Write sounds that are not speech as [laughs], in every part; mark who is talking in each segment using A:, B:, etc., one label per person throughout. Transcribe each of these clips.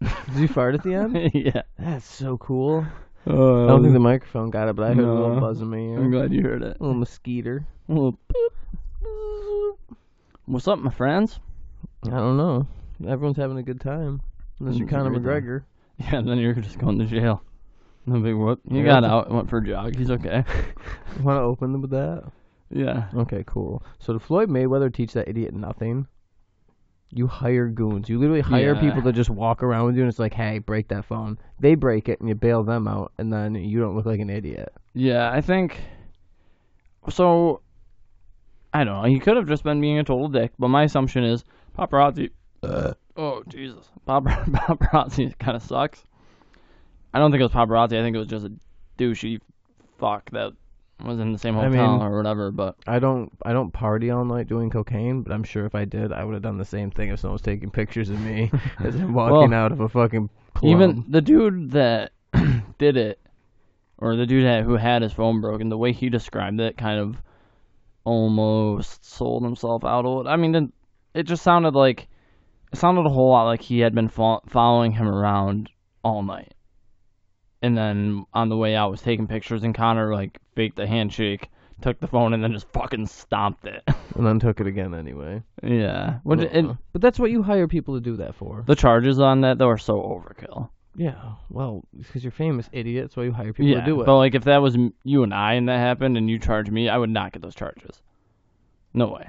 A: Did you fart at the [laughs] end?
B: [laughs] yeah.
A: That's so cool. I
B: Oh,
A: don't think the microphone got it, but I heard a
B: No.
A: little buzz in my ear.
B: [laughs] I'm glad you heard it.
A: A little mosquito.
B: Little boop. What's up, my friends? [laughs]
A: I don't know. Everyone's having a good time. Unless you're
B: It's a
A: Conor
B: great
A: McGregor.
B: Yeah, and then you're just going to jail. No big whoop. He
A: Yeah,
B: got
A: that's-
B: out, went for a jog. He's okay. [laughs]
A: Want to open with that?
B: yeah.
A: Okay, cool. So did Floyd Mayweather teach that idiot nothing? You hire goons. You literally hire
B: Yeah.
A: people to just walk around with you, and it's like, hey, break that phone. They break it, and you bail them out, and then you don't look like an idiot.
B: Yeah, I think. So, I don't know. He could have just been being a total dick, but my assumption is paparazzi. oh Jesus, Papar- [laughs] paparazzi kind of sucks. I don't think it was paparazzi. I think it was just a douchey fuck that was in the same
A: I
B: hotel
A: mean-
B: or whatever. But
A: I don't, I don't party all night doing cocaine, but I'm sure if I did, I would have done the same thing if someone was taking pictures of [laughs] me as I'm walking
B: Well,
A: out of a fucking club.
B: even the dude that [clears throat] did it, or the dude that, who had his phone broken, the way he described it, kind of almost sold himself out of it. I mean, it- it just sounded like it sounded a whole lot like he had been fo- following him around all night, and then on the way out was taking pictures. And Connor like faked a handshake, took the phone, and then just fucking stomped it. [laughs]
A: and then took it again anyway.
B: yeah, Which,
A: Uh,
B: and
A: but that's what you hire people to do that for.
B: the charges on that though are so overkill.
A: Yeah, well, because you're famous, idiot. That's why you hire people to do it.
B: But like, if that was m- you and I, and that happened, and you charged me, I would not get those charges. No way.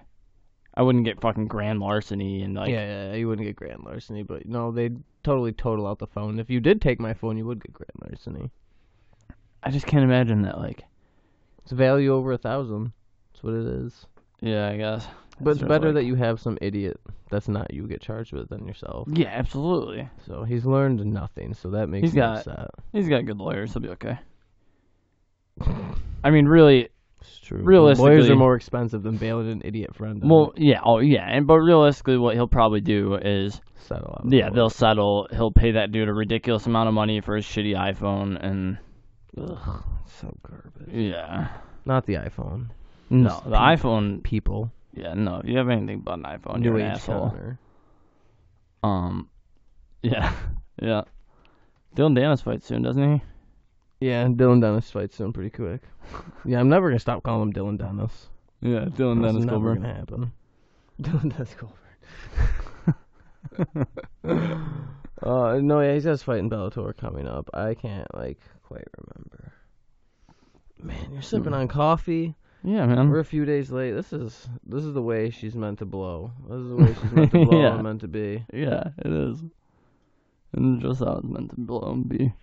B: I wouldn't get fucking grand larceny and like.
A: yeah, yeah, yeah, you wouldn't get grand larceny, but no, they'd totally total out the phone. If you did take my phone, you would get grand larceny.
B: I just can't imagine that. Like.
A: It's value over a thousand. That's what it is.
B: Yeah, I guess.
A: But it's
B: Sort of
A: better that
B: like-
A: you have some idiot that's not you get charged with than yourself.
B: Yeah, absolutely.
A: So he's learned nothing, so that makes
B: He's
A: me
B: got-
A: upset.
B: He's got good lawyers. He'll be okay. I mean, really.
A: It's true. lawyers
B: Realistically-
A: are more expensive than bailing an idiot friend. out.
B: Well, yeah. Oh, yeah. And but realistically, what he'll probably do is,
A: settle out.
B: yeah, they'll settle. He'll pay that dude a ridiculous amount of money for his shitty iPhone, and
A: Ugh, so garbage.
B: yeah.
A: Not the iPhone.
B: No,
A: Just
B: the
A: pe-
B: iPhone
A: People.
B: Yeah, no. If you have anything but an iPhone, you're
A: New
B: an
A: age
B: asshole.
A: counter.
B: Um, yeah, [laughs] yeah. Dylan Danis fights soon, doesn't he?
A: Yeah, Dylan Dennis fights soon pretty
B: [laughs]
A: quick. yeah, I'm never gonna stop calling him Dylan Dennis.
B: Yeah, Dylan
A: That's never gonna happen. [laughs] That's
B: [laughs]
A: uh, no, yeah, he's got his fight in Bellator coming up. I can't like quite remember. Man, you're sipping
B: Hmm.
A: on coffee.
B: Yeah, man.
A: We're a few days late. This is this is the way she's meant to blow. This is the way she's
B: [laughs]
A: meant to blow
B: Yeah.
A: and meant to be.
B: yeah, it is. And just how it's meant to blow and be.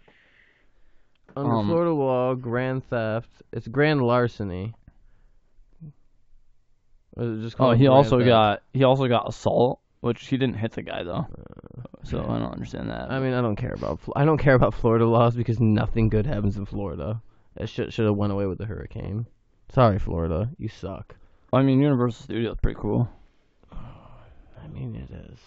A: Under
B: Um,
A: Florida law, grand theft. It's grand larceny. Or is it just
B: Oh,
A: called
B: he
A: grand
B: also
A: theft?
B: got he also got assault, which he didn't hit the guy though. So I don't understand that.
A: Uh, I mean, I don't care about Fl- I don't care about Florida laws because nothing good happens in Florida. That shit should have went away with the hurricane. Sorry, Florida, you suck.
B: I mean, Universal Studios pretty cool.
A: I mean, it is,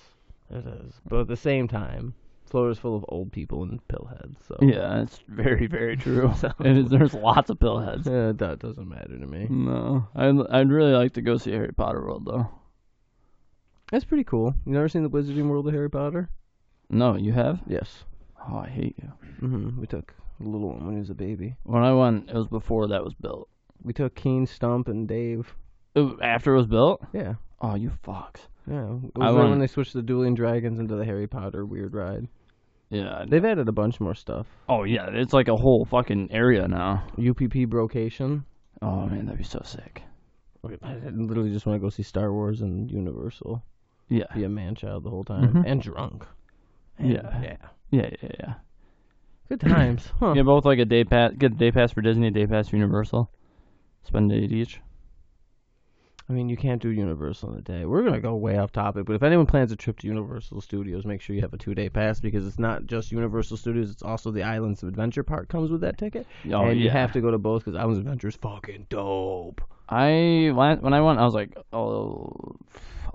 A: it is. But at the same time, Florida's full of old people and pillheads. So
B: Yeah, it's very
A: [laughs]
B: very true.
A: Oh. So-
B: [laughs] it is, there's lots
A: [laughs]
B: of pillheads.
A: Yeah, uh, that doesn't matter to me.
B: No, I'd I'd really like to go see Harry Potter World though.
A: That's pretty cool. You never seen the Wizarding World of Harry Potter?
B: No, you have?
A: Yes.
B: Oh, I hate you.
A: hmm We took the little one when he was a baby.
B: When I went, it was before that was built.
A: We took Keen, Stump, and Dave.
B: It was after it was built?
A: Yeah,
B: Oh, you fucks.
A: yeah. It was
B: I
A: right
B: want-
A: when they switched the Dueling Dragons into the Harry Potter weird ride.
B: Yeah. I-
A: They've added a bunch more stuff.
B: Oh, yeah. It's like a whole fucking area now.
A: UPP brocation.
B: Oh, man, that'd be so sick.
A: I literally just want to go see Star Wars and Universal.
B: Yeah.
A: Be a man child the whole time
B: Mhm.
A: and drunk.
B: Yeah.
A: yeah.
B: Yeah, yeah, yeah.
A: Good times, huh?
B: Yeah, both like a day pass. Get a day pass for Disney, a day pass for Universal. Spend a day at each.
A: I mean, you can't do Universal in a day. We're gonna go way off topic, but if anyone plans a trip to Universal Studios, make sure you have a two-day pass because it's not just Universal Studios; it's also the Islands of Adventure Park comes with that ticket,
B: Oh,
A: and
B: yeah.
A: you have to go to both because Islands of Adventure is fucking dope.
B: I, la- when I went, I was like, oh,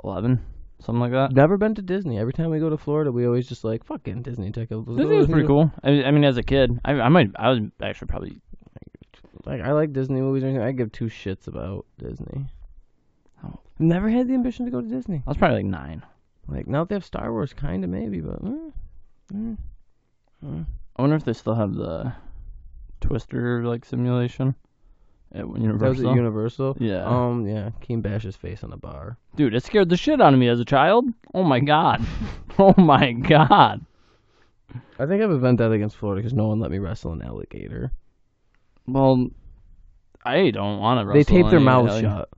B: 11, something like that.
A: Never been to Disney. Every time we go to Florida, we always just like fucking Disney ticket. Let's go
B: Disney
A: to
B: was pretty cool. I, I mean, as a kid, I, I might, I was actually probably,
A: Like I like Disney movies. Or anything. I give two shits about Disney. I've never had the ambition to go to Disney.
B: I was probably like nine.
A: Like now that they have Star Wars, kind of maybe, but mm, mm. Mm.
B: I wonder if they still have the Twister like simulation at
A: That
B: Oh.
A: was
B: Universal.
A: at Universal.
B: yeah,
A: Um, yeah, King bash his face on the bar.
B: dude, it scared the shit out of me as a child. Oh my god. [laughs] oh my god.
A: I think I have a vendetta against Florida because no one let me wrestle an alligator.
B: Well, I don't want to.
A: they tape their mouths shut.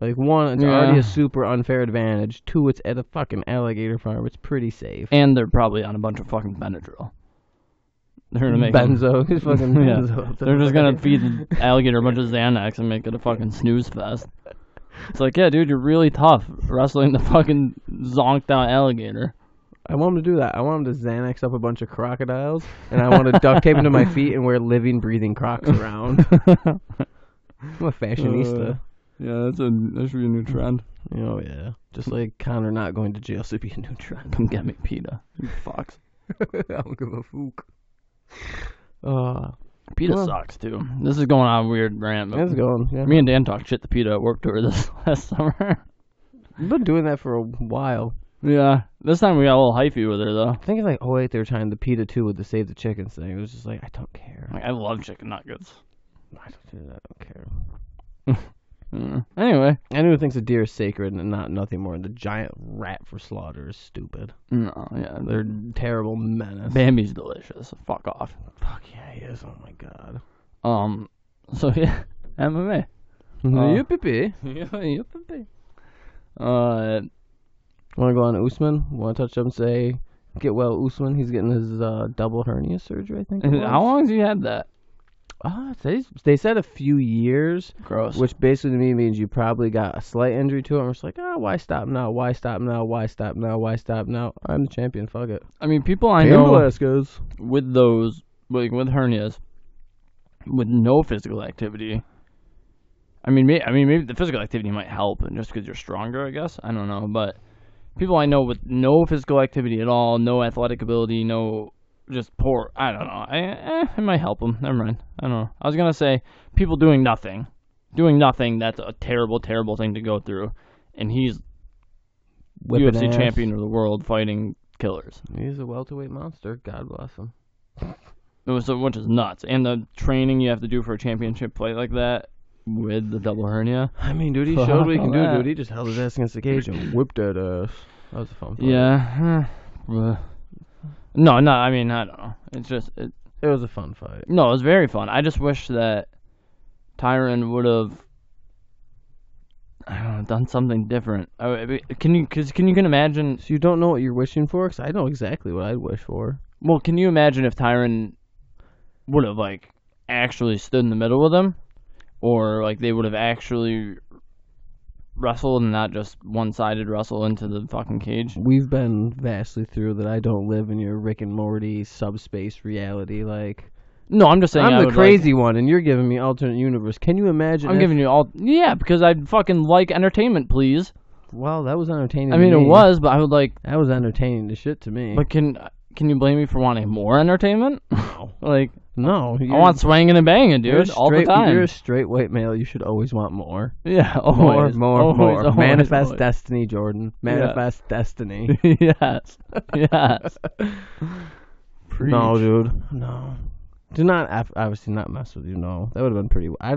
A: Like one, it's already
B: Yeah.
A: a super unfair advantage. Two, it's at a fucking alligator farm. It's pretty safe.
B: and they're probably on a bunch of fucking Benadryl. They're gonna
A: [laughs] [laughs]
B: make.
A: benzo, he's fucking
B: Yeah.
A: benzo. up there.
B: They're just gonna feed [laughs] the alligator a bunch of Xanax and make it a fucking snooze fest. It's like, yeah, dude, you're really tough wrestling the fucking zonked out alligator.
A: I want him to do that. I want him to Xanax up a bunch of crocodiles, and I want to duct tape him to my feet and wear living, breathing crocs [laughs] around. I'm a fashionista.
B: yeah, that's a that should be a new trend.
A: oh yeah, just like Connor not going to jail should be a new trend.
B: Come get me, PETA. You fucks.
A: [laughs] I don't give a [laughs] fuck. Uh,
B: PETA
A: Well.
B: sucks too. This is going on a weird rant. But
A: it's going. Yeah,
B: Me and Dan talked shit to PETA at work tour this [laughs] last summer.
A: I've been doing that for a while.
B: yeah, this time we got a little hyphy with her though.
A: I think in like 08 they were trying the PETA 2 with the Save the Chickens thing. It was just like, I don't care.
B: Like, I love chicken nuggets.
A: I don't, dude, I don't care.
B: Mm. Anyway,
A: Anyone who thinks a deer is sacred and not nothing more than a giant rat for slaughter is stupid.
B: no, yeah,
A: They're
B: they're
A: terrible menace.
B: Bambi's delicious. Fuck off.
A: Fuck yeah, he is. Oh my god.
B: Um, so [laughs] yeah, [laughs] MMA.
A: Uh,
B: uh,
A: Want to go on to Usman? Want to touch up and say, get well, Usman. He's getting his uh, double hernia surgery, I think. it
B: how
A: was.
B: long has he had that?
A: Uh, they, they said a few years,
B: Gross.
A: which basically to me means you probably got a slight injury to it. I'm just like, ah, why stop now? Why stop now? Why stop now? Why stop now? I'm the champion. Fuck it.
B: I mean, people I
A: Damn
B: know
A: Velasquez.
B: with those, like with hernias, with no physical activity. I mean, may, I mean, maybe the physical activity might help, and just because you're stronger, I guess. I don't know, but people I know with no physical activity at all, no athletic ability, no just poor. I don't know. I, eh, it might help them. Never mind. I don't know. I was gonna say people doing nothing, doing nothing. That's a terrible, terrible thing to go through, and he's
A: Whipping
B: UFC
A: ass.
B: champion of the world, fighting killers.
A: He's a welterweight monster. God bless him.
B: It was which is nuts. And the training you have to do for a championship fight like that with the double hernia.
A: I mean, dude, [laughs]
B: [laughs]
A: he
B: Fuck
A: showed what he can do,
B: that.
A: dude. He just held his ass against the cage and whipped that ass. That was a fun fight.
B: Yeah. [sighs] no, no. I mean, I don't know. It's just it,
A: It was a fun fight.
B: no. It was very fun. I just wish that Tyron would have. I don't know, done something different. I, I- can you? Cause can you can imagine?
A: So you don't know what you're wishing for? Because I know exactly what I'd wish for.
B: Well, can you imagine if Tyron would have like actually stood in the middle with him, or like they would have actually wrestled and not just one-sided wrestle into the fucking cage?
A: We've been vastly through that I don't live in your Rick and Morty subspace reality. Like,
B: No, I'm just saying. I
A: I'm the
B: would,
A: crazy one, and you're giving me alternate universe. Can you imagine?
B: Like, I'm
A: if-
B: giving you all. Yeah, because I fucking like entertainment, please.
A: Well, that was entertaining.
B: I
A: to
B: mean, it
A: me.
B: was, but I would like.
A: That was entertaining to shit to me.
B: But can can you blame me for wanting more entertainment? [laughs] like
A: no,
B: I want swinging and banging,
A: you're a
B: dude, all the
A: straight-
B: time. Oh,
A: You're a straight white male. You should always want more,
B: [laughs] Yeah,
A: more,
B: always,
A: more,
B: always,
A: more.
B: always,
A: Manifest
B: always.
A: destiny, Jordan. Manifest destiny.
B: [laughs] yes,
A: [laughs]
B: yes.
A: No, dude. No. Do not ab- obviously not mess with you. No, that would have been pretty. I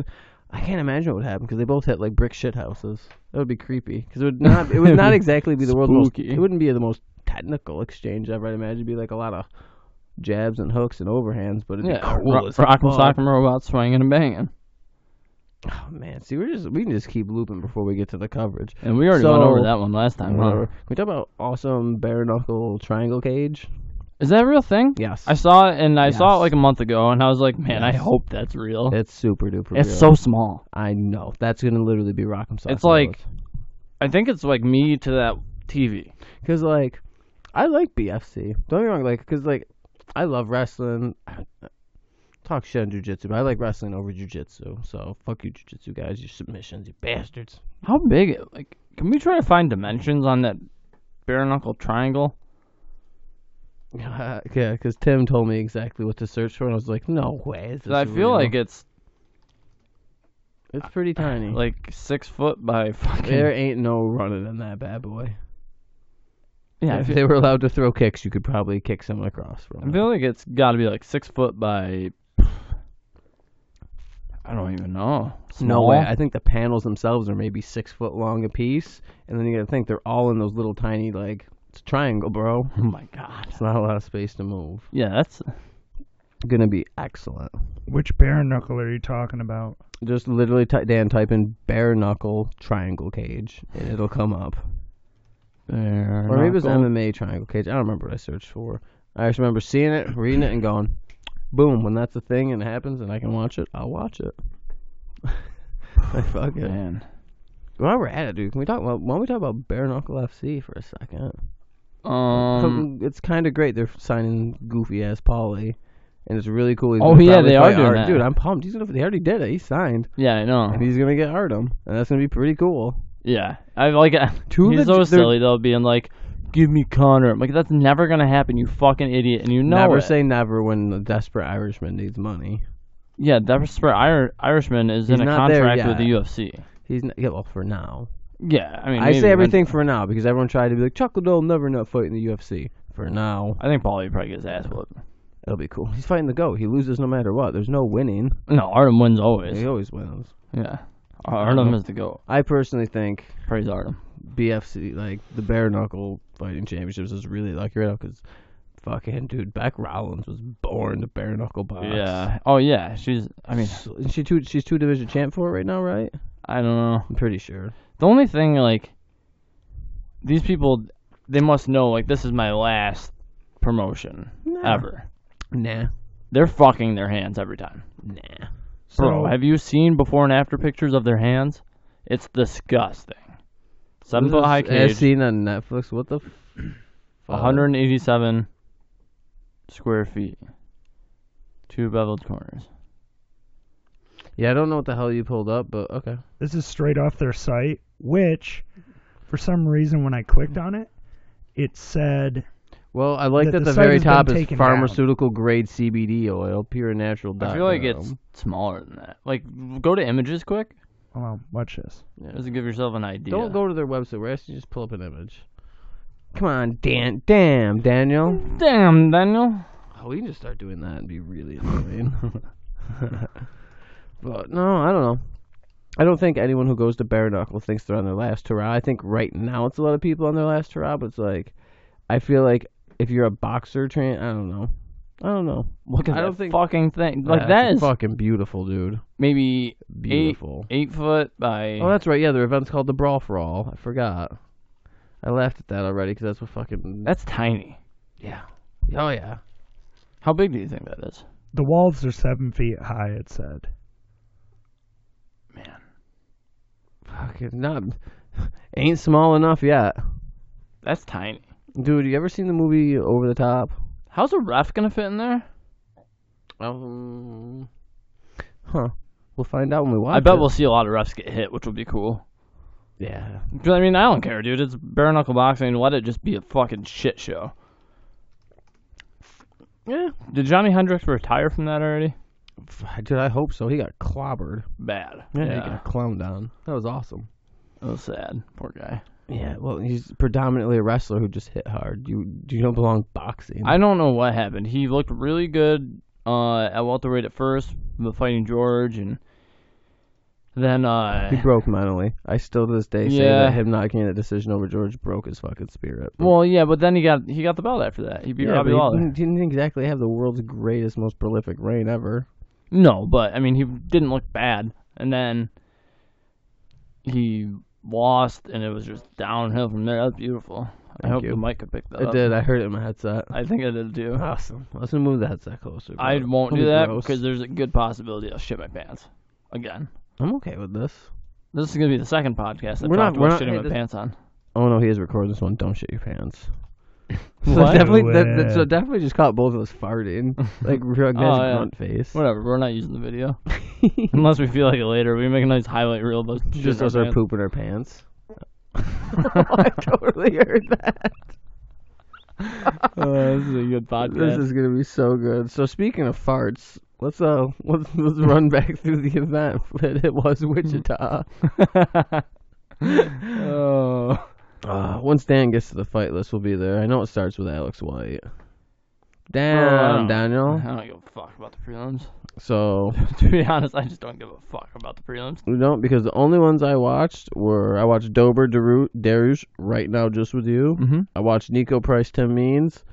A: I can't imagine what would happen because they both hit like brick shit houses. That would be creepy because it would not. It would
B: [laughs]
A: not exactly be the world's most.
B: Spooky.
A: It wouldn't be the most technical exchange ever. I'd imagine it'd be like a lot of jabs and hooks and overhands, but it'd
B: Yeah,
A: be cool
B: rock,
A: as
B: rock and
A: fuck.
B: sock and robot swinging and banging,
A: Oh man, see, we're just we can just keep looping before we get to the coverage.
B: and we already
A: So-
B: went over that one last time. huh?
A: Whatever. Can we talk about awesome bare knuckle triangle cage.
B: Is that a real thing?
A: Yes,
B: I saw it, and I saw it
A: Yes.
B: like a month ago, and I was like, man, I
A: Yes.
B: hope that's real.
A: it's super duper.
B: it's
A: real.
B: so small.
A: I know that's gonna literally be rock and sock.
B: It's
A: and
B: like-
A: robots.
B: I think it's like me to that TV.
A: Cause like, I like BFC. Don't get me wrong. Like, cause like, I love wrestling. [sighs] I talk shit on jujitsu, but I like wrestling over jujitsu. So fuck you, jujitsu guys. You submissions, you bastards. [laughs]
B: How big? It, like, can we try to find dimensions on that bare knuckle triangle?
A: yeah, cause Tim told me exactly what to search for, and I was like, no way. Is
B: 'Cause I
A: this
B: feel
A: real?
B: like it's
A: it's pretty
B: [laughs]
A: tiny. [laughs]
B: like six foot by fucking.
A: there ain't no running in that bad boy.
B: Yeah,
A: if
B: if it-
A: they were allowed to throw kicks, you could probably kick someone across. from
B: I
A: them.
B: feel like it's got to be like six foot by. I don't even know.
A: No
B: Small?
A: way. I think the panels themselves are maybe six foot long a piece, and then you gotta think they're all in those little tiny like it's a triangle, bro.
B: Oh my god.
A: It's not a lot of space to move.
B: Yeah, that's
A: Gonna be excellent.
C: Which bare knuckle are you talking about?
A: Just literally, ty Dan, type in bare knuckle triangle cage, and it'll come up.
B: fair.
A: Or maybe it was
B: knuckle.
A: MMA triangle cage. I don't remember what I searched for. I just remember seeing it, reading it, and going, boom, when that's a thing and it happens and I can watch it, I'll watch it. [laughs] like, fuck it.
B: Man.
A: While we're at it, dude, can we talk about, why don't we talk about Bare Knuckle FC for a second?
B: Um.
A: Something- it's kind of great. They're signing goofy ass Pauly, and it's really cool. He's
B: Oh,
A: gonna
B: yeah,
A: probably
B: they
A: play
B: are doing
A: Art-
B: that. Uh-huh.
A: Dude, I'm pumped. He's gonna, they already did it. He signed,
B: Yeah, I know.
A: and he's gonna get Artem, and that's gonna be pretty cool.
B: Yeah, I like. [laughs]
A: Two
B: he's
A: legit-
B: so
A: they're-
B: silly though, being like, "Give me Connor." I'm like, that's never gonna happen. You fucking idiot, and you know
A: never
B: it.
A: say never when the desperate Irishman needs money.
B: yeah, Desperate Ir- Irishman is
A: He's
B: in a
A: not there
B: contract with the
A: yet.
B: UFC.
A: He's not, yeah, well for now.
B: Yeah, I mean,
A: I
B: maybe
A: say
B: when-
A: everything for now because everyone tried to be like Chocolate will never not fight in the UFC. For now,
B: I think Paulie probably gets his ass whooped.
A: it'll be cool. He's fighting the goat. He loses no matter what. There's no winning.
B: No, Artem wins always.
A: He always wins.
B: Yeah, Ar- Artem is the goat.
A: I personally think
B: Praise Artem.
A: BFC, like the bare knuckle fighting championships, is really lucky right now because fucking dude, Beck Rollins was born to bare knuckle box.
B: Yeah. Oh yeah, she's. I mean,
A: So- and she two, she's two division champ for it right now, right?
B: I don't know.
A: I'm pretty sure.
B: The only thing like, these people, they must know like this is my last promotion
A: Nah.
B: ever.
A: Nah,
B: They're fucking their hands every time.
A: nah.
B: Bro,
C: So-
B: have you seen before and after pictures of their hands? It's disgusting. Seven foot high
A: As
B: cage,
A: seen on Netflix. What
B: [clears throat]
A: the? F-
B: 187 square feet, two beveled corners.
A: Yeah, I don't know what the hell you pulled up, but okay.
C: This is straight off their site, which, for some reason, when I clicked on it, it said
A: Well, I like
C: The-
A: that
C: the
A: the,
C: site
A: very
C: has been
A: top is
C: taken down.
A: pharmaceutical grade CBD oil, pure natural.
B: I feel like it's smaller than that. Like, go to images quick.
C: Hold on, watch this.
B: Just to give yourself an idea.
A: Don't go to their website. We're asking you to just pull up an image. Come on, Dan. Damn, Daniel.
B: Damn, Daniel.
A: Oh, we can just start doing that and be really annoying. [laughs] but no, I don't know. I don't think anyone who goes to bare knuckle thinks they're on their last hurrah. I think right now it's a lot of people on their last hurrah, but it's like, I feel like if you're a boxer, train, I don't know. I don't know.
B: Look at
A: I
B: that
A: don't think-
B: fucking thing. Like,
A: Yeah,
B: that
A: it's
B: is
A: fucking beautiful, dude.
B: maybe
A: Beautiful.
B: eight foot by.
A: Oh, that's right. Yeah, the event's called the Brawl for All. I forgot. I laughed at that already because that's what fucking.
B: that's tiny.
A: yeah. Oh yeah.
B: How big do you think that is?
C: The walls are seven feet high. It said.
A: Fucking not. [laughs] Ain't small enough yet,
B: That's tiny.
A: dude. You ever seen the movie Over the Top?
B: How's a ref gonna fit in there?
A: Um. Huh. We'll find out when we watch.
B: I bet
A: it.
B: we'll see a lot of refs get hit, which would be cool.
A: Yeah.
B: 'Cause, I mean, I don't care, dude. It's bare knuckle boxing. Let it just be a fucking shit show.
A: Yeah.
B: Did Johnny Hendricks retire from that already?
A: F- Dude, I hope so. He got clobbered.
B: Bad.
A: He got clowned on. That was awesome.
B: That was sad. Poor guy.
A: Yeah. Well, he's predominantly a wrestler who just hit hard. You you don't belong boxing.
B: I don't know what happened. He looked really good uh, at welterweight at first, with fighting George, and then
A: He
B: uh,
A: broke mentally. I still to this day say
B: Yeah.
A: that him not getting a decision over George broke his fucking spirit. But-
B: well, yeah, but then he got he got the belt after that. He beat
A: yeah,
B: Robbie
A: but he
B: Lawler.
A: didn't, didn't exactly have the world's greatest, most prolific reign ever.
B: No, but I mean, he didn't look bad, and then he lost, and it was just downhill from there. That's beautiful. I
A: Thank
B: hope
A: you.
B: the mic could pick that
A: It
B: up.
A: did. I heard it in my headset.
B: I think I did
A: [laughs]
B: too.
A: Awesome. Let's move the headset closer.
B: I
A: bro.
B: won't
A: It'll
B: do
A: be
B: that
A: gross.
B: because there's a good possibility I'll shit my pants again.
A: I'm okay with this.
B: This is gonna be the second podcast that
A: We're not-
B: talked
A: we're
B: about
A: not-
B: shitting
A: hey,
B: my
A: this-
B: pants on.
A: Oh no, he is recording this one. Don't shit your pants. [laughs] So
B: What?
A: definitely,
C: Do
A: that, that, so
C: it.
A: definitely just caught both of us
B: [laughs]
A: farting, like real nice
B: Oh, yeah.
A: grunt face.
B: Whatever, we're not using
A: [laughs]
B: the video unless we feel like it later. We make a nice highlight reel of us. shitting
A: just
B: our
A: us are
B: pants.
A: pooping our
B: [laughs]
A: pants. [laughs] Oh, I totally heard
B: [laughs]
A: that.
B: Uh, this is a good podcast.
A: This is gonna be so good. So speaking of farts, let's uh [laughs] let's let's run back [laughs] through the event that it was Wichita.
B: [laughs] oh,
A: [laughs] Uh, once Dan gets to the fight list, we'll be there. I know it starts with Alex White. Damn,
B: Oh. [laughs]
A: Daniel.
B: I don't give a fuck about the prelims. [laughs]
A: So
B: to be honest, I just don't give a fuck about the prelims.
A: we don't because the only ones I watched were I watched Dober Daru- Darush right now just with you.
B: Mm-hmm.
A: I watched Nico Price Tim Means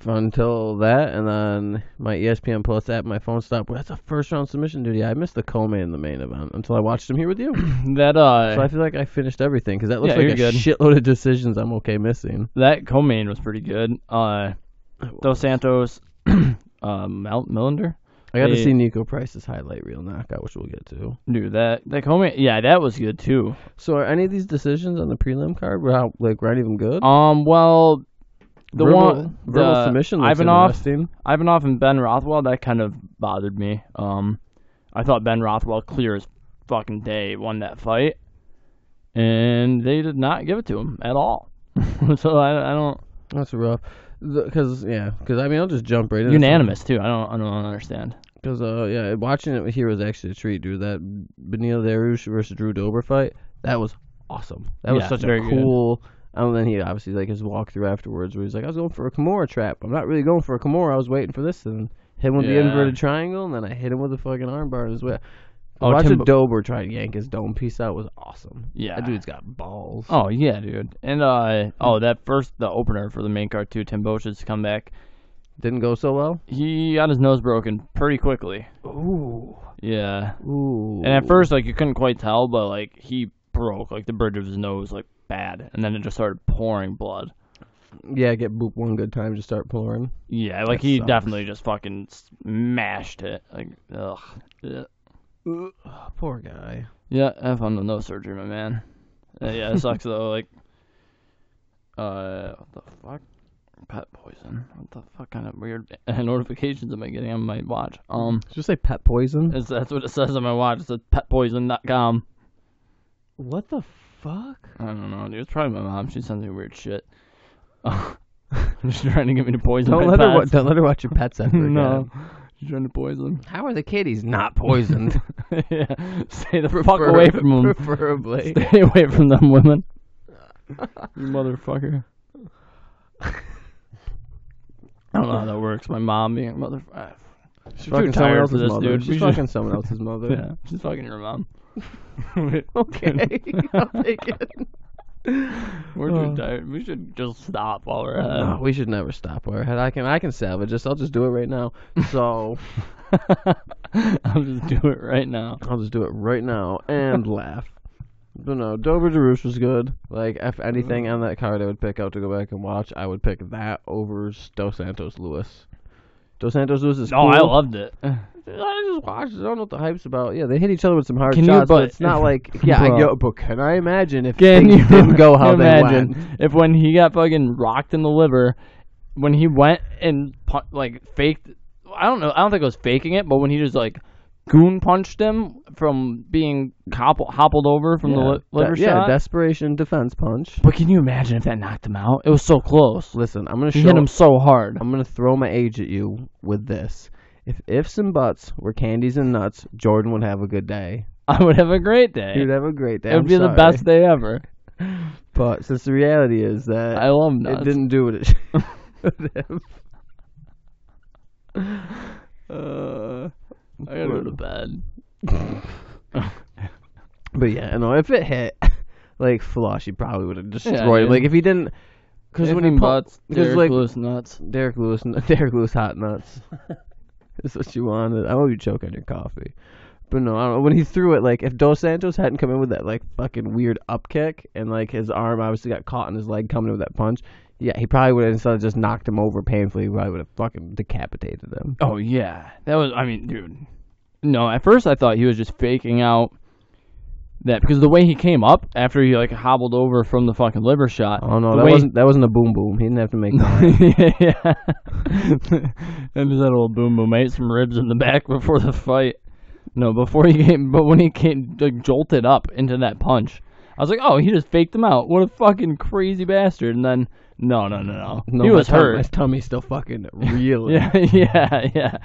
A: f- until that, and then my E ESPN Plus app, my phone stopped. Well, that's a first round submission, dude. Yeah, I missed the co-main in the main event until I watched him here with you.
B: That uh,
A: So I feel like I finished everything because that looks
B: Yeah,
A: like
B: you're
A: a
B: good.
A: shitload of decisions I'm okay missing.
B: that co-main was pretty good. Uh, Dos Santos, [clears throat] uh, Mel- Millender.
A: I got to
B: Hey.
A: see Nico Price's highlight reel knockout, which we'll get to.
B: Dude, that that co-main, yeah, that was good too.
A: So are any of these decisions on the prelim card without like weren't even good?
B: Um, well, the
A: verbal,
B: one
A: verbal
B: the
A: submission looks
B: Ivanov,
A: interesting.
B: Ivanov and Ben Rothwell, that kind of bothered me. Um, I thought Ben Rothwell clear as fucking day won that fight, and they did not give it to him at all. [laughs] so I, I don't
A: That's rough. Because yeah, because I mean I'll just jump right in.
B: unanimous too. I don't I don't understand.
A: Because uh yeah, watching it here was actually a treat, dude. That Benil Darush versus Drew Dober fight that was awesome. That was
B: Yeah,
A: such a
B: very good.
A: cool. And then he obviously like his walkthrough afterwards, where he's like, "I was going for a Kimura trap. I'm not really going for a Kimura. I was waiting for this." And hit him with the
B: Yeah.
A: inverted triangle, and then I hit him with the fucking armbar as well.
B: Oh,
A: Watching
B: Tim-
A: Dober try to yank his dome piece out was awesome.
B: Yeah.
A: that dude's got balls.
B: Oh yeah, dude. And uh oh, that first the opener for the main card too. Tim Bosch's comeback.
A: Didn't go so well.
B: He got his nose broken pretty quickly.
C: Ooh.
B: Yeah.
A: Ooh.
B: And at first, like you couldn't quite tell, but like he broke like the bridge of his nose like bad, and then it just started pouring blood.
A: yeah, get boop one good time to start pouring.
B: Yeah, like
A: That
B: he
A: sucks.
B: definitely just fucking smashed it. Like ugh. Yeah.
A: Poor guy.
B: Yeah, F on the nose surgery, my man. Uh, yeah, it sucks though. Like, uh, what the fuck? Pet poison. What the fuck kind of weird [laughs] notifications am I getting on my watch? Um,
A: Did you say pet poison?
B: it's, that's what it says on my watch. It says petpoison.com.
A: What the fuck?
B: I don't know, dude. It's probably my mom. She sends me weird shit. [laughs] She's trying to get me to
A: [laughs]
B: poison
A: Don't
B: my
A: let her wa-
B: pets.
A: don't let her watch your pets ever again.
B: [laughs] no, she's trying to poison.
A: How are the kitties not [laughs] poisoned?
B: [laughs] yeah, stay the fuck [laughs] away from them.
A: Preferably.
B: Stay [laughs] away from them women. you motherfucker. I don't know how that works. My mom being a motherfucker. Ah,
A: She's
B: fucking someone else's mother.
A: dude.
B: She's
A: She's fucking
B: fucking
A: someone else's mother. [laughs]
B: Yeah, [laughs] she's fucking your mom. [laughs]
A: Okay, [laughs] I'll take [laughs] it.
B: We're
A: Oh.
B: too tired. We should just stop while we're ahead.
A: No, we should never stop our head. I can, I can salvage this. I'll just do it right [laughs] now. So
B: I'll just do it [laughs] right now.
A: I'll just do it right now [laughs] and laugh. But no, Dober Darush was good. Like if anything on that card, I would pick out to go back and watch. I would pick that over Dos Santos Lewis. Dos Santos Lewis is
B: No, I
A: cool.
B: loved it.
A: I just watched. it. I don't know what the hype's about. Yeah, they hit each other with some hard
B: Can you-
A: shots, but
B: but-
A: it's
B: [laughs]
A: not like yeah. I
B: Bro.
A: go, but can I imagine if things
B: [laughs]
A: didn't go how
B: imagine
A: they went?
B: if when he got fucking rocked in the liver, when he went and pu- like faked? I don't know. I don't think it was faking it, but when he just like goon punched him from being hopple, hoppled over from the
A: yeah,
B: li- liver
A: de- yeah,
B: shot.
A: desperation defense punch.
B: but can you imagine if that knocked him out? It was so close.
A: Listen, I'm gonna
B: He
A: show.
B: hit him so hard.
A: I'm gonna throw my age at you with this. If ifs and buts were candies and nuts, Jordan would have a good day.
B: [laughs] I would have a great day.
A: He would have a great day.
B: it would
A: I'm
B: be the
A: sorry.
B: best day ever.
A: But since the reality is that
B: I love
A: it
B: nuts.
A: didn't do what
B: [laughs]
A: it should have. [laughs]
B: Uh, I gotta go to bed.
A: But yeah, I know if it hit [laughs] like flush, he probably would have destroyed. him.
B: dude.
A: Like if he didn't, because when he pu-
B: butts,
A: because,
B: Derek
A: like-
B: Lewis nuts.
A: Derek Lewis,
B: [laughs]
A: Derek Lewis hot nuts. [laughs] That's what you wanted. I hope you choke on your coffee. But no, I don't know. When he threw it, like if Dos Santos hadn't come in with that like fucking weird up kick and like his arm obviously got caught in his leg coming in with that punch, yeah, he probably would have instead of just knocked him over painfully. He probably would have fucking decapitated him.
B: Oh yeah, that was. I mean, dude. No, at first I thought he was just faking out that because the way he came up after he like hobbled over from the fucking liver shot.
A: Oh no,
B: the
A: that
B: way- [laughs]
A: wasn't that wasn't a boom boom. He didn't have to make [laughs] that.
B: yeah, [laughs] and just that old boom boom ate some ribs in the back before the fight. No, before he came, but when he came like jolted up into that punch, I was like, oh, he just faked him out. What a fucking crazy bastard! And then no, no, no, no,
A: No,
B: he
A: my
B: was
A: tum-
B: hurt.
A: My tummy's still
B: [laughs]
A: fucking reeling.
B: Yeah, yeah, yeah.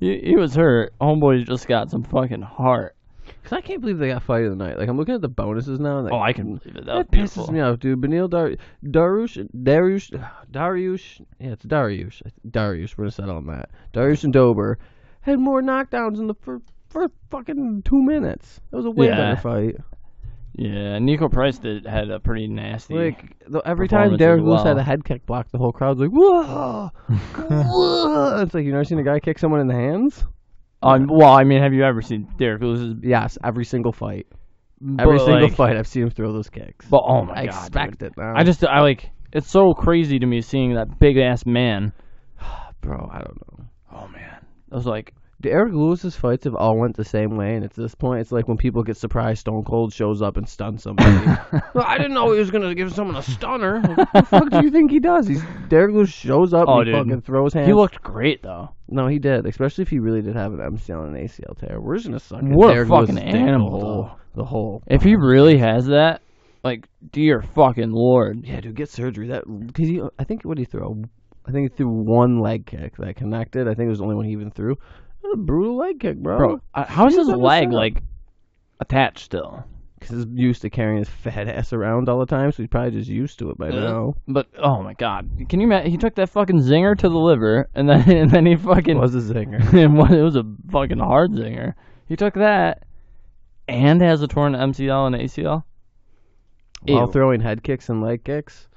B: He, he was hurt. Homeboy just got some fucking heart.
A: Because I can't believe they got fight of the night. Like I'm looking at the bonuses now. and, Like,
B: Oh, I can believe it. That, was
A: That
B: beautiful.
A: pisses me off, dude. Benil Dar- Darush, Darush, [sighs] Dariush. Yeah, it's Dariush. Dariush. We're gonna settle on that. Dariush and Dober had more knockdowns in the first, first fucking two minutes. That was a way
B: Yeah.
A: better fight.
B: Yeah, Nico Price did, had a pretty nasty.
A: Like the, every time
B: Performance as
A: Derek Lewis had
B: well.
A: a head kick block, the whole crowd's like,
B: [laughs]
A: "Whoa, whoa!" It's like you never seen a guy kick someone in the hands.
B: um, well, I mean, have you ever seen Derek Lewis's?
A: Yes, every single fight, every single
B: like-
A: fight I've seen him throw those kicks.
B: But oh my
A: I
B: god,
A: expect
B: dude.
A: it. Now.
B: I just I like it's so crazy to me seeing that big ass man.
A: bro, I don't know.
B: Oh man, I was like,
A: Derek Lewis's fights have all went the same way, and at this point, it's like when people get surprised, Stone Cold shows up and stuns
B: [laughs]
A: somebody. well, I didn't know he was gonna give someone a stunner. What the fuck do you think he does? He's Derek Lewis shows up,
B: Oh,
A: and he
B: dude.
A: fucking throws hands.
B: he looked great though.
A: no, he did. Especially if he really did have an MCL and an ACL tear. We're just gonna suck. at
B: What a
A: Derek
B: fucking
A: Lewis's dick the
B: animal.
A: whole- The whole.
B: If he really has that, like dear fucking lord.
A: Yeah, dude, get surgery. That because he, I think what did he throw? I think he threw one leg kick that connected. I think it was the only one he even threw. A brutal leg kick,
B: Bro, uh, how is
A: He
B: his
A: was on the
B: leg
A: side.
B: like attached still?
A: because he's used to carrying his fat [laughs] ass around all the time, so he's probably just used to it by now.
B: But oh my god, can you imagine? He took that fucking zinger to the liver, and then [laughs] and then he
A: It
B: fucking
A: was a zinger.
B: and what- [laughs] it was a fucking hard zinger. He took that and has a torn MCL and ACL
A: While
B: Ew.
A: throwing head kicks and leg kicks,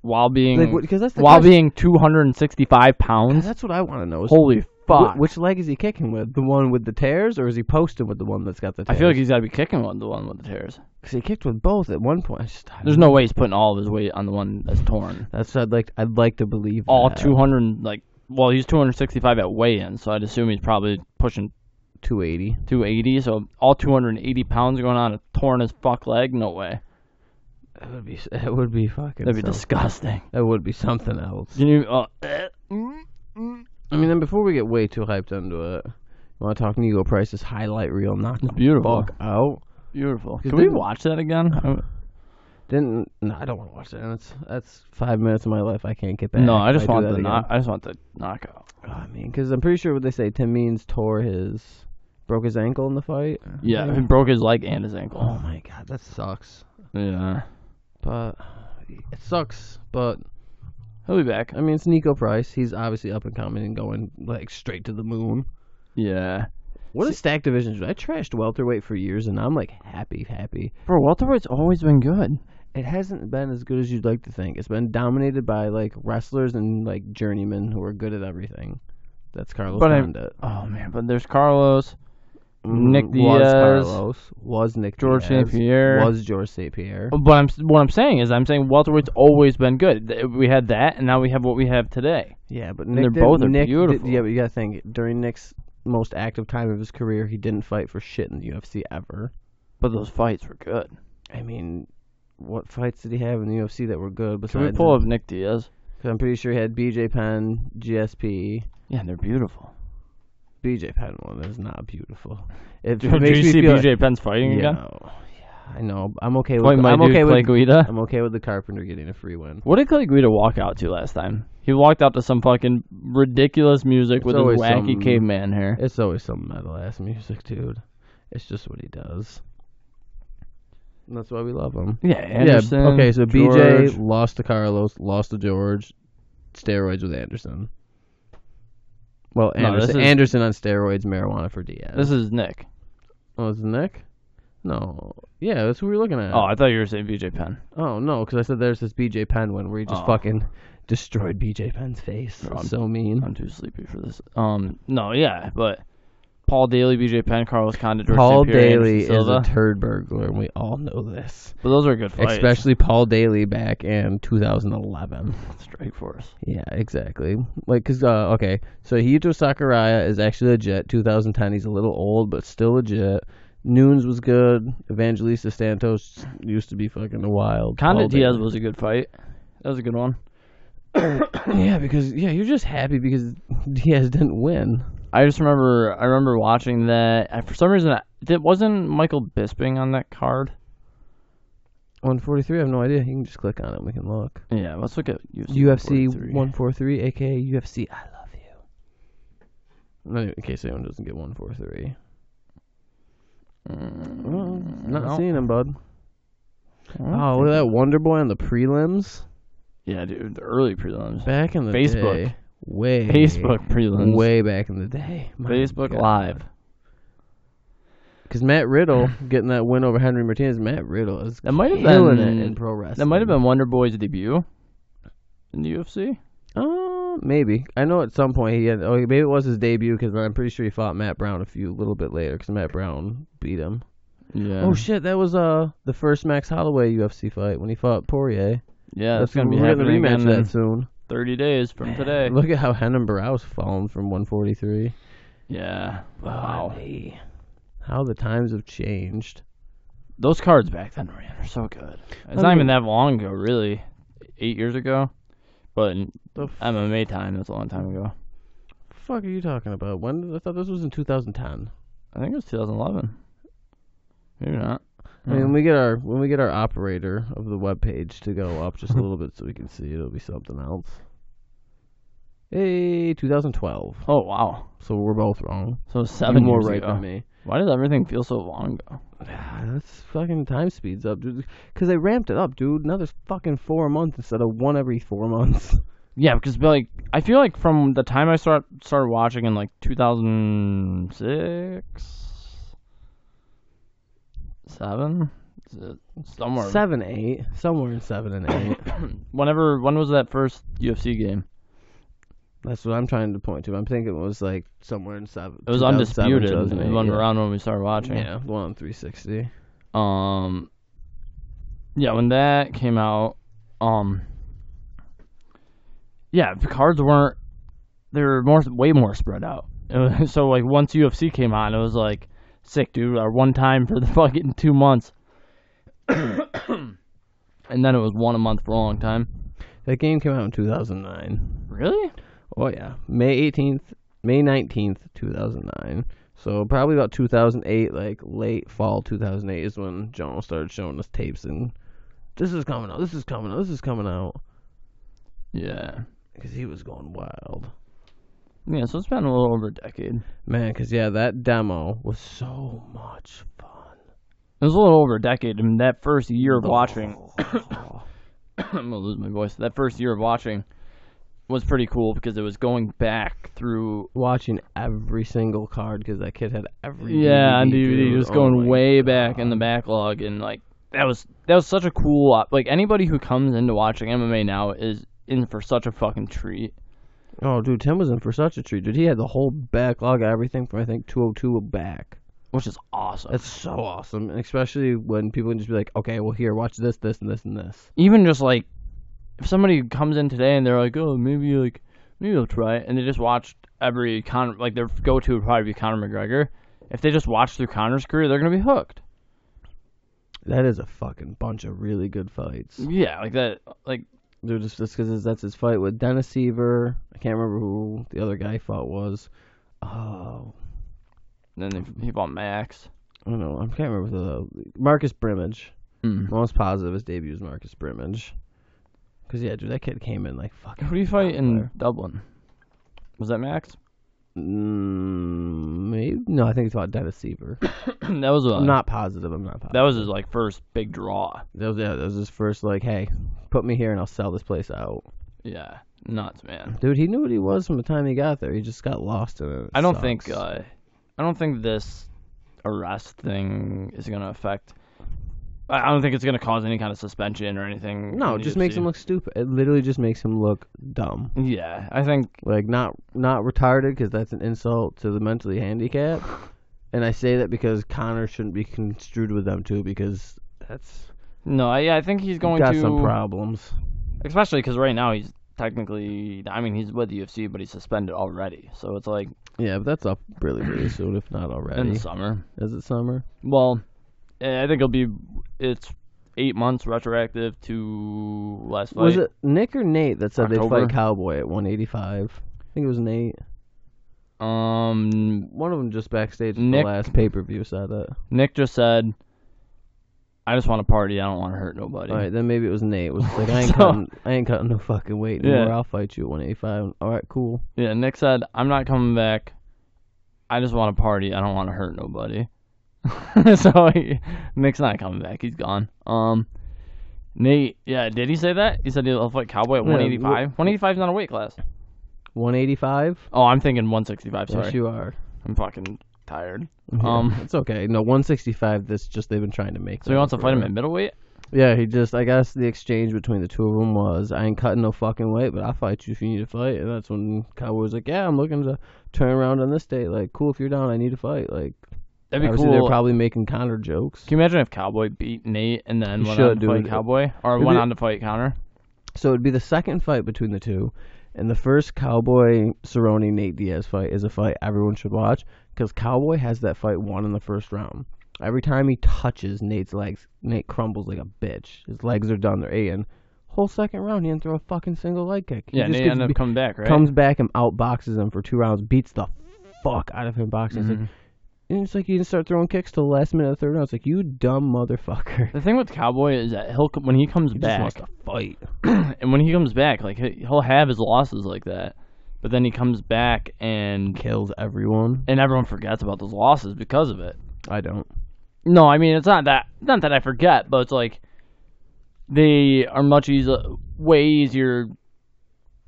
B: while being
A: like because that's the
B: Mm. while
A: question-
B: being 265 pounds.
A: that's what I want to know. Is
B: Holy fuck!
A: wh- which leg is he kicking with? The one with the tears, or is he posting with the one that's got the
B: I
A: tears?
B: feel like he's got to be kicking one, the one with the tears.
A: because he kicked with both at one point. I just, I
B: There's
A: don't
B: no
A: know.
B: way he's putting all of his weight on the one that's torn.
A: That's I'd like I'd like to believe
B: All
A: that.
B: 200 like well, he's 265 at weigh-in, so I'd assume he's probably pushing
A: 280.
B: 280. So all 280 pounds going on a torn as fuck leg. No way.
A: That would be that would be fucking.
B: That'd be
A: something.
B: disgusting.
A: that would be something else.
B: Can you? Uh,
A: I mean, then before we get way too hyped into it, you want to talk Nico Price's highlight reel? Knock the
B: It's beautiful.
A: fuck out.
B: Beautiful.
A: Because
B: Can we
A: then-
B: watch that again? Um, I-
A: Didn't no, I don't want to watch that. That's that's five minutes of my life I can't get back.
B: No, I
A: if
B: just
A: do
B: want
A: that
B: the
A: again.
B: knock. I just want the knockout.
A: Oh, I mean, because I'm pretty sure what they say. Tim Means tore his, broke his ankle in the fight.
B: Yeah, he broke his leg and his
A: Oh
B: ankle.
A: my god, that sucks.
B: Yeah,
A: But it sucks. But
B: he'll be back.
A: I mean, it's Nico Price. He's obviously up and coming and going like straight to the moon.
B: Yeah,
A: What a stack division! I trashed welterweight for years, and I'm like happy, happy.
B: bro, welterweight's always been good.
A: it hasn't been as good as you'd like to think. It's been dominated by like wrestlers and like journeymen who are good at everything. That's Carlos
B: But I-
A: Condit.
B: Oh man, but there's Carlos.
A: Mhm.
B: Nick
A: was
B: Diaz.
A: Carlos was Nick
B: George
A: Diaz,
B: St. Pierre. Oh.
A: was George St. Pierre.
B: But I'm what I'm saying is I'm saying welterweight's always been good. Th- We had that, and now we have what we have today.
A: Yeah, but Nick
B: they're
A: did-
B: both are
A: Nick did-
B: beautiful.
A: yeah, but you gotta think during Nick's most active time of his career, he didn't fight for shit in the UFC ever.
B: But those fights were good.
A: I mean, what fights did he have in the UFC that were good? Besides,
B: Can we pull up Nick Diaz?
A: 'Cause I'm pretty sure he had BJ Penn, GSP.
B: Yeah, they're beautiful.
A: BJ Penn one is not beautiful. It
B: Did,
A: makes
B: you
A: me
B: see
A: feel
B: BJ Penn's fighting
A: yeah,
B: again?
A: yeah, I know. I'm okay with.
B: Fighting my
A: I'm
B: dude
A: okay
B: Clay
A: with. [laughs]
B: Guida.
A: I'm okay with the Carpenter getting a free win.
B: What did Clay Guida walk out to last time? He walked out to some fucking ridiculous music
A: It's
B: with his
A: always
B: wacky
A: some-
B: caveman hair.
A: It's always some metal ass music, dude. It's just what he does. And that's why we love him.
B: Yeah, Anderson.
A: yeah. Okay, so
B: George.
A: BJ lost to Carlos, lost to George, steroids with Anderson. Well,
B: No,
A: Anderson,
B: this is-
A: Anderson on steroids, marijuana for Diaz.
B: This is Nick.
A: oh, is it Nick? No. Yeah, that's who we were looking at.
B: Oh, I thought you were saying BJ Penn.
A: Oh no, because I said there's this BJ Penn one where he just
B: Oh.
A: fucking destroyed BJ Penn's face.
B: No,
A: That's
B: I'm-
A: so mean.
B: I'm too sleepy for this. Um, no, yeah, but Paul Daly, BJ Penn, Carlos Condit, George
A: Paul
B: St. Pierre,
A: Daly
B: Anderson
A: is
B: Silva.
A: a turd burglar, and we all know this.
B: but those are good fights.
A: Especially Paul Daly back in 2011.
B: Strike Force.
A: Yeah, exactly. Like, cause uh, okay, so Hito Sakuraya is actually legit. 2010, he's a little old, but still legit. Nunes was good. Evangelista Santos used to be fucking wild. Paul
B: Condit Diaz
A: Daly-
B: was a good fight. That was a good one.
A: [laughs] yeah, because yeah, you're just happy because [laughs] Diaz didn't win.
B: I just remember I remember watching that. I, for some reason, I, that wasn't Michael Bisping on that card.
A: 143, I have no idea. You can just click on it and we can look.
B: Yeah, let's look at UFC.
A: UFC
B: 143.
A: 143, aka UFC I Love You. Not even- In case anyone doesn't get 143. Well,
B: Mm,
A: not
B: no.
A: seeing him, bud.
B: I don't
A: Oh, look at that
B: think-
A: Wonder Boy on the prelims.
B: Yeah, dude, the early prelims.
A: Back in the
B: Facebook.
A: day, way
B: Facebook prelims.
A: way back in the day. My
B: Facebook
A: God.
B: Live.
A: Because Matt Riddle getting that win over Henry Martinez, Matt Riddle is
B: That might have
A: killing
B: been-
A: it in pro wrestling.
B: That might have been Wonder Boy's debut in the UFC.
A: Uh, maybe. I know at some point he had. Oh, maybe it was his debut because I'm pretty sure he fought Matt Brown a few little bit later because Matt Brown beat him.
B: Yeah.
A: Oh shit, that was uh the first Max Holloway UFC fight when he fought Poirier.
B: yeah, that's gonna be
A: we're gonna
B: happening
A: rematch
B: again in
A: that soon.
B: 30 days from today.
A: Look at how Henan Barrow's fallen from 143.
B: Yeah. Wow.
A: Golly. How the times have changed.
B: Those cards back then, man, are so good. It's
A: I
B: not even
A: mean-
B: that long ago, really. Eight years ago. But in
A: The f-
B: MMA time, that's a long time ago.
A: fuck are you talking about? When did, I thought this was in 2010.
B: I think it was 2011. Maybe not. Hmm.
A: I
B: Mm-hmm.
A: mean, when we get our when we get our operator of the web page to go up just a little bit so we can see it, it'll be something else. Hey, 2012.
B: oh, wow.
A: So we're both wrong.
B: So seven
A: you more
B: more years
A: right
B: ago.
A: than me.
B: Why does everything feel so long ago?
A: Ah, That's fucking time speeds up, dude. Because they ramped it up, dude. Now there's fucking four a month instead of one every four months.
B: Yeah, because like I feel like from the time I start started watching in like 2006, seven, S- somewhere.
A: Seven, eight, somewhere in seven and eight.
B: Whenever when was that first UFC game?
A: That's what I'm trying to point to. I'm thinking it was like somewhere in seven.
B: It was
A: 2007,
B: undisputed. It
A: 2008,
B: was
A: yeah.
B: around when we started watching.
A: Yeah, the one on 360.
B: Um. Yeah, when that came out, um. Yeah, the cards weren't. They were more, way more spread out. It was- [laughs] so like once UFC came on, it was like sick, dude. Our one time for the [laughs] fucking two months. [coughs] and then it was one a month for a long time.
A: That game came out in 2009.
B: Really?
A: Oh yeah, May 18th, May 19th, 2009. So probably about 2008, like late fall 2008 is when Jones started showing us tapes and this is coming out, this is coming out, this is coming out
B: Yeah.
A: because he was going wild.
B: Yeah. So it's been a little over a decade.
A: Man, cuz yeah, that demo was so much fun.
B: It was a little over a decade, and that first year of [coughs] watching, I'm gonna lose my voice. That first year of watching was pretty cool because it was going back through.
A: Watching every single card cuz that kid had every
B: Yeah, on DVD,
A: dude.
B: it was
A: Oh
B: going
A: my
B: way back in the
A: God.
B: backlog, and like that was that was such a cool. op- Like anybody who comes into watching MMA now is in for such a fucking treat.
A: Oh, dude, Tim was in for such a treat. Dude, he had the whole backlog of everything from I think 202 back.
B: Which is awesome.
A: That's so awesome, and especially when people can just be like, "Okay, well, here, watch this, this, and this, and this."
B: Even just like if somebody comes in today and they're like, oh, maybe like maybe I'll try it, and they just watched every Conor like their go to would probably be Conor McGregor. If they just watch through Conor's career, they're gonna be hooked.
A: That is a fucking bunch of really good fights.
B: Yeah, like that. Like
A: They're just just because that's his fight with Dennis Seaver. I can't remember who the other guy he fought was. Oh,
B: then they, he fought Max.
A: I don't know. I can't remember the Marcus Brimage. I'm
B: Mm.
A: almost positive his debut was Marcus Brimage. Cause yeah, dude, that kid came in like fucking.
B: Who do you fight in
A: fire.
B: Dublin? Was that Max?
A: Mm, maybe no, I think it's about Dennis Seaver.
B: [clears throat] that was uh,
A: I'm not positive. I'm not positive.
B: That was his like first big draw.
A: That was, yeah, that was his first like, hey, put me here and I'll sell this place out.
B: Yeah, nuts, man.
A: Dude, he knew what he was from the time he got there. He just got lost in it. It
B: I don't
A: sucks.
B: think uh, I don't think this arrest thing is gonna affect. I I don't think it's gonna cause any kind of suspension or anything.
A: no,
B: in
A: it
B: the
A: just makes
B: UFC.
A: him look stupid. It literally just makes him look dumb.
B: Yeah, I think
A: Like not not retarded because that's an insult to the mentally handicapped. And I say that because Connor shouldn't be construed with them too because that's
B: no. I, yeah, I think he's going
A: got
B: to
A: some problems.
B: especially because right now he's technically. I mean, he's with the UFC, but he's suspended already. So it's like
A: Yeah, but that's up really really soon if not
B: in
A: already.
B: the summer.
A: Is it summer?
B: Well, eh, I think it'll be it's eight months retroactive to last fight.
A: Was it Nick or Nate that said
B: October.
A: they'd fight Cowboy at 185? I think it was Nate.
B: Um,
A: One of them just backstage at
B: Nick-
A: the last pay per view said it.
B: Nick just said, "I just want to party. I don't want to hurt nobody."
A: All right, then maybe it was Nate. Was
B: [laughs]
A: like, I ain't
B: So-
A: cutting, I ain't cutting no fucking weight anymore.
B: Yeah.
A: I'll fight you at 185. All right, cool.
B: Yeah, Nick said, "I'm not coming back. I just want to party. I don't want to hurt nobody." [laughs] so he, Mick's not coming back. He's gone. Um, Nate, yeah, did he say that? He said he'll fight Cowboy at
A: Yeah,
B: 185. 185 is not a weight class.
A: 185.
B: Oh, I'm thinking 165. Sorry,
A: Yes, you [laughs] are.
B: I'm fucking tired.
A: Um,
B: Um,
A: it's okay. No, 165. That's just they've been trying to make.
B: So he
A: that
B: wants to fight him
A: for-
B: at middleweight.
A: Yeah, he just. I guess the exchange between the two of them was, "I ain't cutting no fucking weight, but I'll fight you if you need to fight." And that's when Cowboy was like, "Yeah, I'm looking to turn around on this date. Like, cool if you're down. I need to fight. Like,
B: That'd be
A: obviously
B: cool.
A: they're probably making Connor jokes.
B: Can you imagine if Cowboy beat Nate and then
A: He
B: went on
A: should,
B: to fight
A: dude.
B: Cowboy or
A: It'd
B: went
A: be-
B: on to fight Connor?
A: So it'd be the second fight between the two, and the first Cowboy Cerrone Nate Diaz fight is a fight everyone should watch because Cowboy has that fight won in the first round. Every time he touches Nate's legs, Nate crumbles like a bitch. His legs are done. They're in. Whole second round, he didn't throw a fucking single leg kick. He
B: Yeah,
A: just
B: Nate
A: gets
B: ended
A: be-
B: up coming back, right?
A: comes back and outboxes him for two rounds, beats the fuck out of him boxing. It's like-
B: Mm-hmm.
A: and it's like he didn't start throwing kicks till the last minute of the third round. It's like you dumb motherfucker. [laughs]
B: The thing with Cowboy is that he'll when he comes
A: He just
B: back,
A: wants
B: [clears throat]
A: to fight.
B: and when he comes back, like he- he'll have his losses like that, but then he comes back and
A: Kills everyone.
B: and everyone forgets about those losses because of it.
A: I don't.
B: No, I mean it's not that not that I forget, but it's like they are much easier, way easier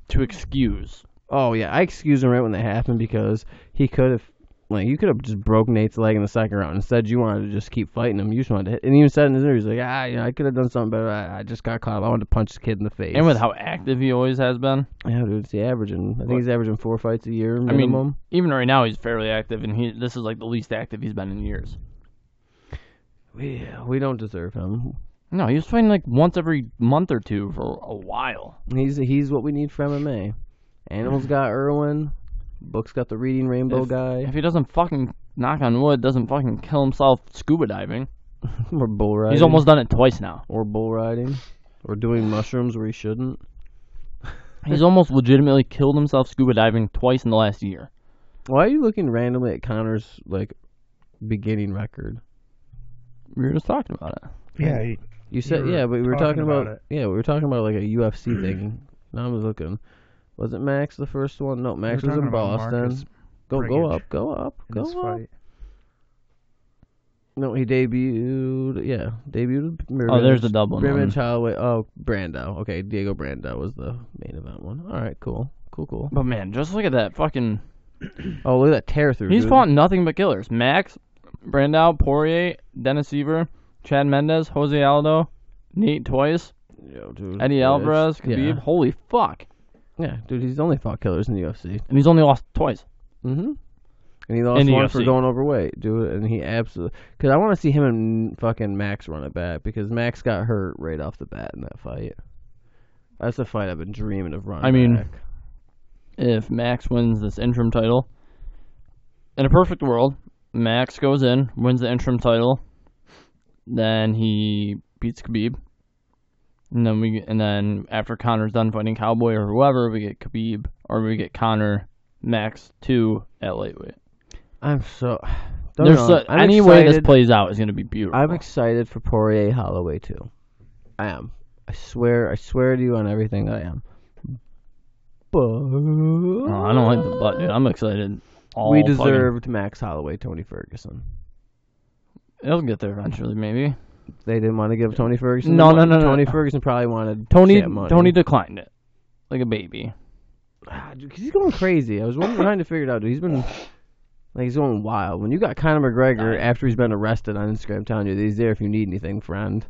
B: to excuse.
A: Oh yeah, I excuse him right when that happened because he could have, like, you could have just broke Nate's leg in the second round. Instead, you wanted to just keep fighting him. You just wanted to, hit. and he even said in his interview, he's like, ah, you know, I could have done something better. I, I just got caught. up. I wanted to punch the kid in the face.
B: And with how active he always has been,
A: yeah, dude, it's the averaging. I think
B: What?
A: he's averaging four fights a year
B: I mean,
A: minimum.
B: even right now he's fairly active, and he this is like the least active he's been in years.
A: we we don't deserve him.
B: No, he was fighting like once every month or two for a while.
A: He's he's what we need for MMA. Animals got Irwin. Books got the reading rainbow
B: If-
A: guy. [laughs]
B: If he doesn't fucking knock on wood, doesn't fucking kill himself scuba diving,
A: or bull riding.
B: he's almost done it twice now.
A: or bull riding. Or doing mushrooms where he shouldn't.
B: He's almost legitimately killed himself scuba diving twice in the last year.
A: Why are you looking randomly at Connor's like beginning record?
B: We were just talking about it.
C: Yeah, he,
A: You said
C: were
A: yeah, but we were talking
C: talking
A: about,
C: about
A: yeah, we were talking about like a
C: [clears throat]
A: UFC thing. And I was looking. Was it Max the first one? No, Max
C: were
A: was in
C: talking about
A: Boston.
C: Marcus
A: Go go
C: Breggage
A: up, go up,
C: in
A: go
C: this
A: up.
C: fight.
A: No, he debuted. Yeah, debuted. with
B: Oh,
A: Mirage-
B: there's the Dublin
A: Brimage
B: one.
A: Holloway. Oh, Brando. Okay, Diego Brando was the main event one. All right, cool, cool, cool.
B: But man, just look at that fucking.
A: Oh, look at that tear through.
B: He's
A: dude.
B: fought nothing but killers. Max, Brandao, Poirier, Dennis Seaver, Chad Mendez, Jose Aldo, Nate twice,
A: Yo, dude.
B: Eddie
A: Yeah, it's-
B: Alvarez, Khabib.
A: Yeah.
B: Holy fuck!
A: yeah, dude. He's only fought killers in the UFC.
B: And he's only lost twice.
A: Mm-hmm. And he lost
B: the
A: one for
B: UFC.
A: going overweight, dude. And he absolutely because I want to see him and fucking Max run it back because Max got hurt right off the bat in that fight. That's a fight I've been dreaming of running.
B: I mean,
A: back.
B: if Max wins this interim title. In a perfect world, Max goes in, wins the interim title, then he beats Khabib, and then we and then after Connor's done fighting Cowboy or whoever, we get Khabib or we get Connor Max two at lightweight.
A: I'm so. Don't
B: There's
A: know.
B: so,
A: I'm
B: any way this
A: excited.
B: plays out is going to be beautiful.
A: I'm excited for Poirier Holloway too. I am. I swear. I swear to you on everything. I am. But
B: Oh, I don't like the butt, dude. I'm excited. All
A: we
B: fucking-
A: deserved Max Holloway, Tony Ferguson.
B: It'll get there eventually, maybe.
A: They didn't want to give Tony Ferguson. the
B: No, no,
A: money.
B: no, no.
A: Tony Ferguson probably wanted
B: Tony
A: shit money.
B: Tony declined it, like a baby.
A: Ah, dude, 'cause he's going crazy. I was wondering, trying to figure it out, dude. He's been like he's going wild. When you got Conor McGregor after he's been arrested on Instagram, telling you that he's there if you need anything, friend.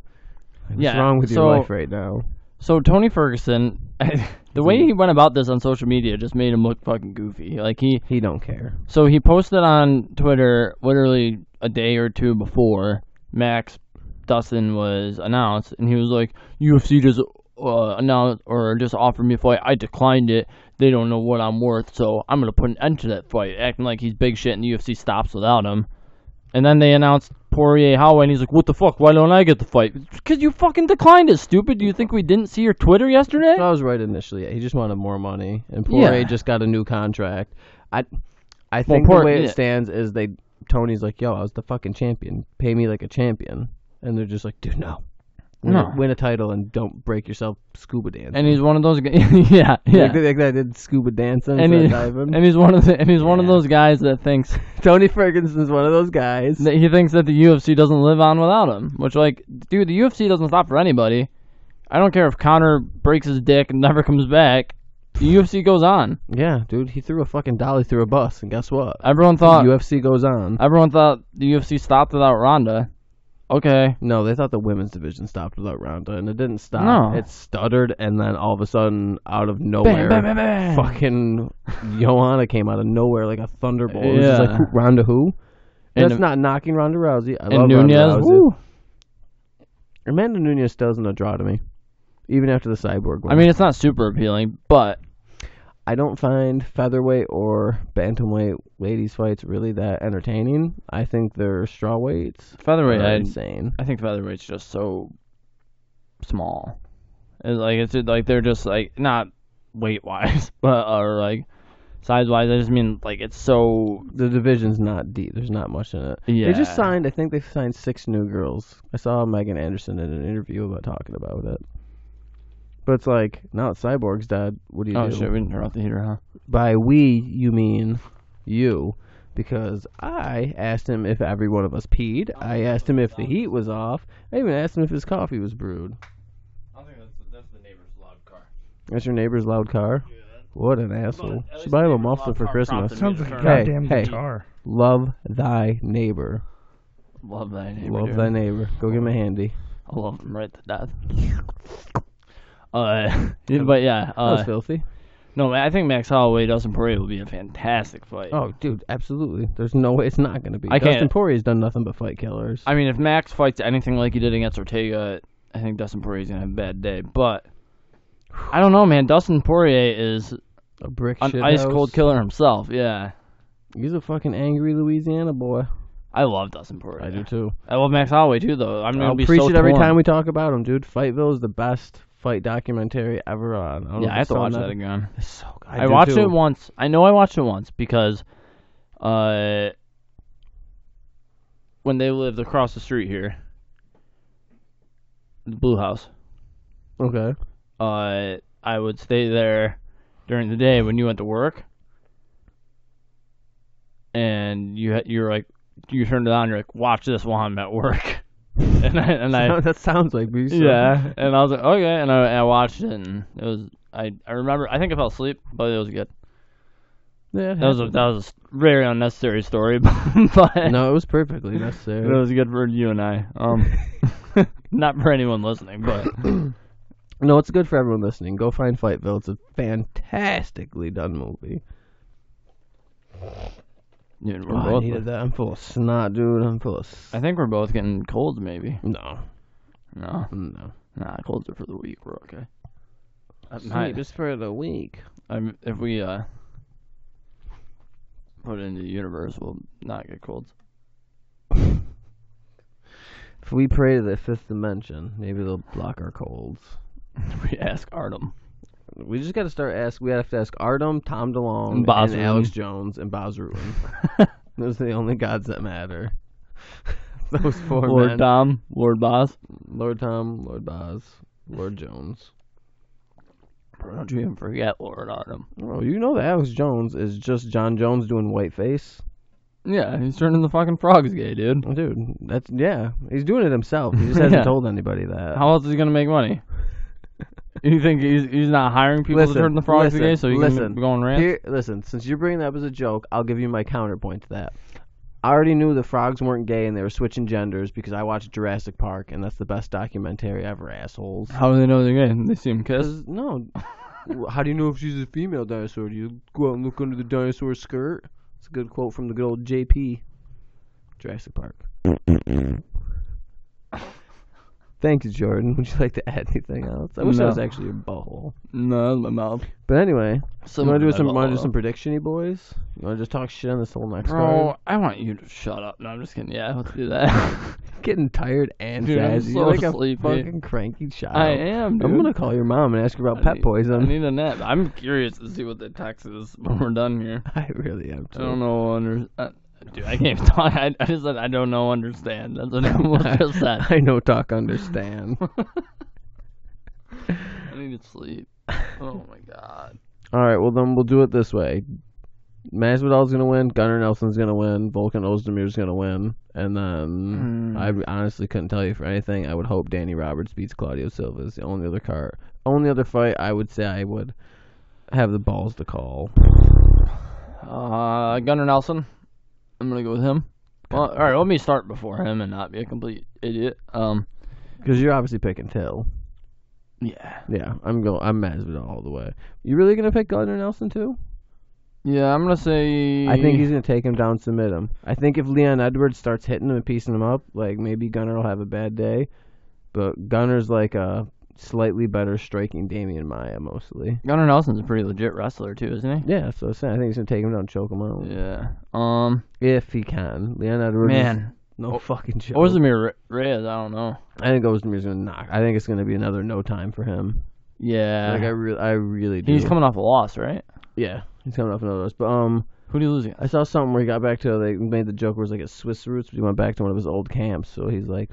A: Like, What's
B: Yeah,
A: wrong with
B: so-
A: your life right now?
B: So Tony Ferguson, [laughs] the way he went about this on social media just made him look fucking goofy. Like he,
A: He don't care.
B: so he posted on Twitter literally a day or two before Max Dustin was announced, and he was like, "UFC just uh, announced or just offered me a fight. I declined it. They don't know what I'm worth, so I'm gonna put an end to that fight." Acting like he's big shit, and the UFC stops without him. And then they announced Poirier Holloway, and he's like, "What the fuck? Why don't I get the fight? Because you fucking declined it, stupid. Do you think we didn't see your Twitter [laughs] yesterday?"
A: I was right initially. Yeah, he just wanted more money, and Poirier
B: Yeah.
A: just got a new contract. I, I
B: Well,
A: think
B: Poir-
A: the way
B: yeah.
A: it stands is they Tony's like, "Yo, I was the fucking champion. Pay me like a champion," and they're just like, "Dude, no, win,
B: No.
A: win a title and don't break yourself scuba dancing. [laughs]
B: And he's one of those. Guys, [laughs] yeah,
A: Like,
B: yeah.
A: like that did scuba dancing.
B: And, he,
A: so diving.
B: [laughs] and he's one of the, and he's one of
A: Yeah.
B: those guys that thinks
A: Tony Ferguson's one of those guys.
B: that he thinks that the UFC doesn't live on without him. Which, like, dude, the UFC doesn't stop for anybody. I don't care if Connor breaks his dick and never comes back. The UFC goes on.
A: Yeah, dude, he threw a fucking dolly through a bus, and guess what?
B: Everyone thought
A: UFC goes on.
B: everyone thought the UFC stopped without Ronda. Okay,
A: No, they thought the women's division stopped without Ronda, and it didn't stop.
B: No.
A: It stuttered, and then all of a sudden, out of
B: bam,
A: nowhere,
B: bam, bam, bam.
A: fucking Joanna came out of nowhere like a thunderbolt. It was just
B: Yeah.
A: like, who, Ronda who?
B: And-
A: That's not knocking Ronda Rousey. I love
B: and Nunez.
A: Ronda Rousey.
B: Woo.
A: Amanda Nunez still isn't a draw to me, even after the cyborg one.
B: I mean, it's not super appealing, but
A: I don't find featherweight or bantamweight ladies fights really that entertaining. I think their straw weights
B: featherweight.
A: are
B: I,
A: insane.
B: I think featherweight's just so small. It's like it's just, like they're just like not weight wise, [laughs] but or like size wise. I just mean like it's so
A: The division's not deep. There's not much in it.
B: yeah.
A: They just signed. I think they signed six new girls. I saw Megan Anderson in an interview about talking about it. But it's like now that Cyborg's dead, what do you
B: Oh
A: do?
B: shit! We didn't turn off the heater, huh?
A: By we, you mean you, because I asked him if every one of us peed. I asked him if the heat was off. I even asked him if his coffee was brewed.
B: I think that's that's the neighbor's loud car.
A: That's your neighbor's loud car. What an asshole! Should buy him a muffler for Christmas.
C: Sounds like a
A: Hey,
C: goddamn
A: hey.
C: guitar.
A: Love thy neighbor.
B: Love that neighbor.
A: Love
B: dude.
A: thy neighbor. Go get him a handy.
B: I love them right to death. [laughs] Uh, yeah, [laughs] but yeah,
A: That was
B: uh,
A: filthy.
B: no, I think Max Holloway Dustin Poirier will be a fantastic fight.
A: Oh, dude, absolutely. There's no way it's not going to be.
B: I
A: Dustin
B: can't-
A: Poirier's done nothing but fight killers.
B: I mean, if Max fights anything like he did against Ortega, I think Dustin Poirier's gonna have a bad day. But I don't know, man. Dustin Poirier is
A: a brick
B: an
A: shit
B: ice
A: house.
B: cold killer himself. Yeah,
A: He's a fucking angry Louisiana boy.
B: I love Dustin Poirier.
A: I do too.
B: I love Max Holloway too, though. I'm gonna
A: I'll
B: be
A: preach
B: so
A: it every
B: torn.
A: time we talk about him, dude. Fightville is the best fight documentary ever on. I don't know
B: yeah,
A: if
B: I have
A: it's
B: to watch
A: on
B: that again.
A: It's so good.
B: I,
A: do,
B: watched
A: too.
B: it once. I know I watched it once because, uh, when they lived across the street here, the Blue House.
A: Okay.
B: uh, I would stay there during the day when you went to work, and you had- you're like you turned it on. You're like, watch this while I'm at work, [laughs] and I, and
A: [laughs]
B: I
A: that sounds like me. so-
B: yeah, and I was like, okay, and I, I watched it, and it was I I remember I think I fell asleep, but it was good.
A: yeah. it
B: That was a,
A: happened.
B: that was a very unnecessary story, [laughs] but
A: [laughs] no, it was perfectly
B: [laughs] it
A: necessary.
B: was good for you and I. [laughs] Um, not for anyone listening, but
A: No, it's good for everyone listening. Go find Fightville. It's a fantastically done movie.
B: [laughs] dude, we're
A: Oh, I
B: both-
A: needed that. I'm full of snot, dude. I'm full of. s-
B: I think we're both getting colds, maybe.
A: No,
B: Mm, No.
A: no.
B: Nah, colds are for the week. We're okay. Uh,
A: Sleep
B: night-
A: is for the week.
B: I'm, if we uh put it into the universe, we'll not get colds. [laughs]
A: If we pray to the fifth dimension, maybe they'll block our colds.
B: we ask Artem.
A: We just got to start ask. We have to ask Artem, Tom DeLong,
B: And Boz
A: and
B: Rutan.
A: Alex Jones, and Boz [laughs] Rutan. Those are the only gods that matter. [laughs] Those four
B: Lord
A: men.
B: Tom, Lord Boss.
A: Lord Tom, Lord Boz, Lord Jones.
B: Don't you even forget Lord Artem.
A: Oh, you know that Alex Jones is just John Jones doing whiteface.
B: Yeah, he's turning the fucking frogs gay, dude.
A: Dude, that's yeah. He's doing it himself. He [laughs] just hasn't
B: Yeah.
A: told anybody that.
B: How else is he gonna make
A: [laughs]
B: money? you think he's he's not hiring people
A: Listen,
B: to turn the frogs
A: listen,
B: gay so he
A: listen.
B: can be going rant?
A: Here, listen, since you're bringing that up as a joke, I'll give you my counterpoint to that. I already knew the frogs weren't gay and they were switching genders because I watched Jurassic Park and that's the best documentary ever, assholes.
B: How do they know they're gay? They see him kiss.
A: Does- no. [laughs] How do you know if she's a female dinosaur? Do you go out and look under the dinosaur skirt? It's a good quote from the good old JP. Jurassic Park. [laughs] Thank you, Jordan. Would you like to add anything else? I wish that
B: No.
A: was actually your butthole.
B: No, my mouth.
A: But anyway,
B: So
A: you want to do some? Want to do some predictiony, boys? You want to just talk shit on this whole next card?
B: Bro, I want you to shut up. No, I'm just kidding. Yeah, let's do
A: [laughs]
B: that. [laughs]
A: Getting tired and
B: Dude, I'm
A: jazzy.
B: so
A: You're like
B: sleepy.
A: a fucking cranky child.
B: I am, dude.
A: I'm gonna call your mom and ask her about
B: I
A: pet
B: need- I
A: poison.
B: need a nap. I'm curious to see what the tax is when we're done here.
A: [laughs] I really am. Too.
B: I don't know. Under, I, Dude, I can't even [laughs] talk. I, I just said I don't know, understand. That's what [laughs] I
A: [laughs]
B: almost just said.
A: I know talk understand.
B: I need to sleep. [laughs] Oh my god.
A: All right, well then we'll do it this way. Masvidal's gonna win. Gunnar Nelson's gonna win. Volkan Ozdemir's gonna win, and then
B: Hmm.
A: I honestly couldn't tell you for anything. I would hope Danny Roberts beats Claudio Silva. Is the only other car, only other fight I would say I would have the balls to call.
B: Uh, Gunnar Nelson. I'm gonna go with him. Well, all right, let me start before him and not be a complete idiot. Um,
A: Because you're obviously picking Till.
B: yeah,
A: Yeah, I'm going. I'm Masvidal all the way. You really gonna pick Gunnar Nelson too?
B: yeah, I'm gonna say.
A: I think he's gonna take him down, submit him. I think if Leon Edwards starts hitting him and piecing him up, like maybe Gunnar will have a bad day, but Gunner's like a slightly better striking Damian Maya mostly.
B: Gunnar Nelson's a pretty legit wrestler too, isn't
A: Yeah, that's what I'm saying. I think he's gonna take him down, choke him out
B: he? Yeah. Um,
A: if he can. Leon Edwards, is
B: man,
A: no
B: Oh,
A: fucking joke.
B: Ozdemir Re- Reyes, I don't know.
A: I think Ozdemir's gonna knock. I think it's gonna be another no time for him.
B: Yeah,
A: like I really, I really do.
B: he's coming off a loss, right?
A: Yeah, he's coming off another loss, but um.
B: Who do you lose against?
A: I saw something where he got back to they made the joke where it was like at Swiss roots, but he went back to one of his old camps. So he's like,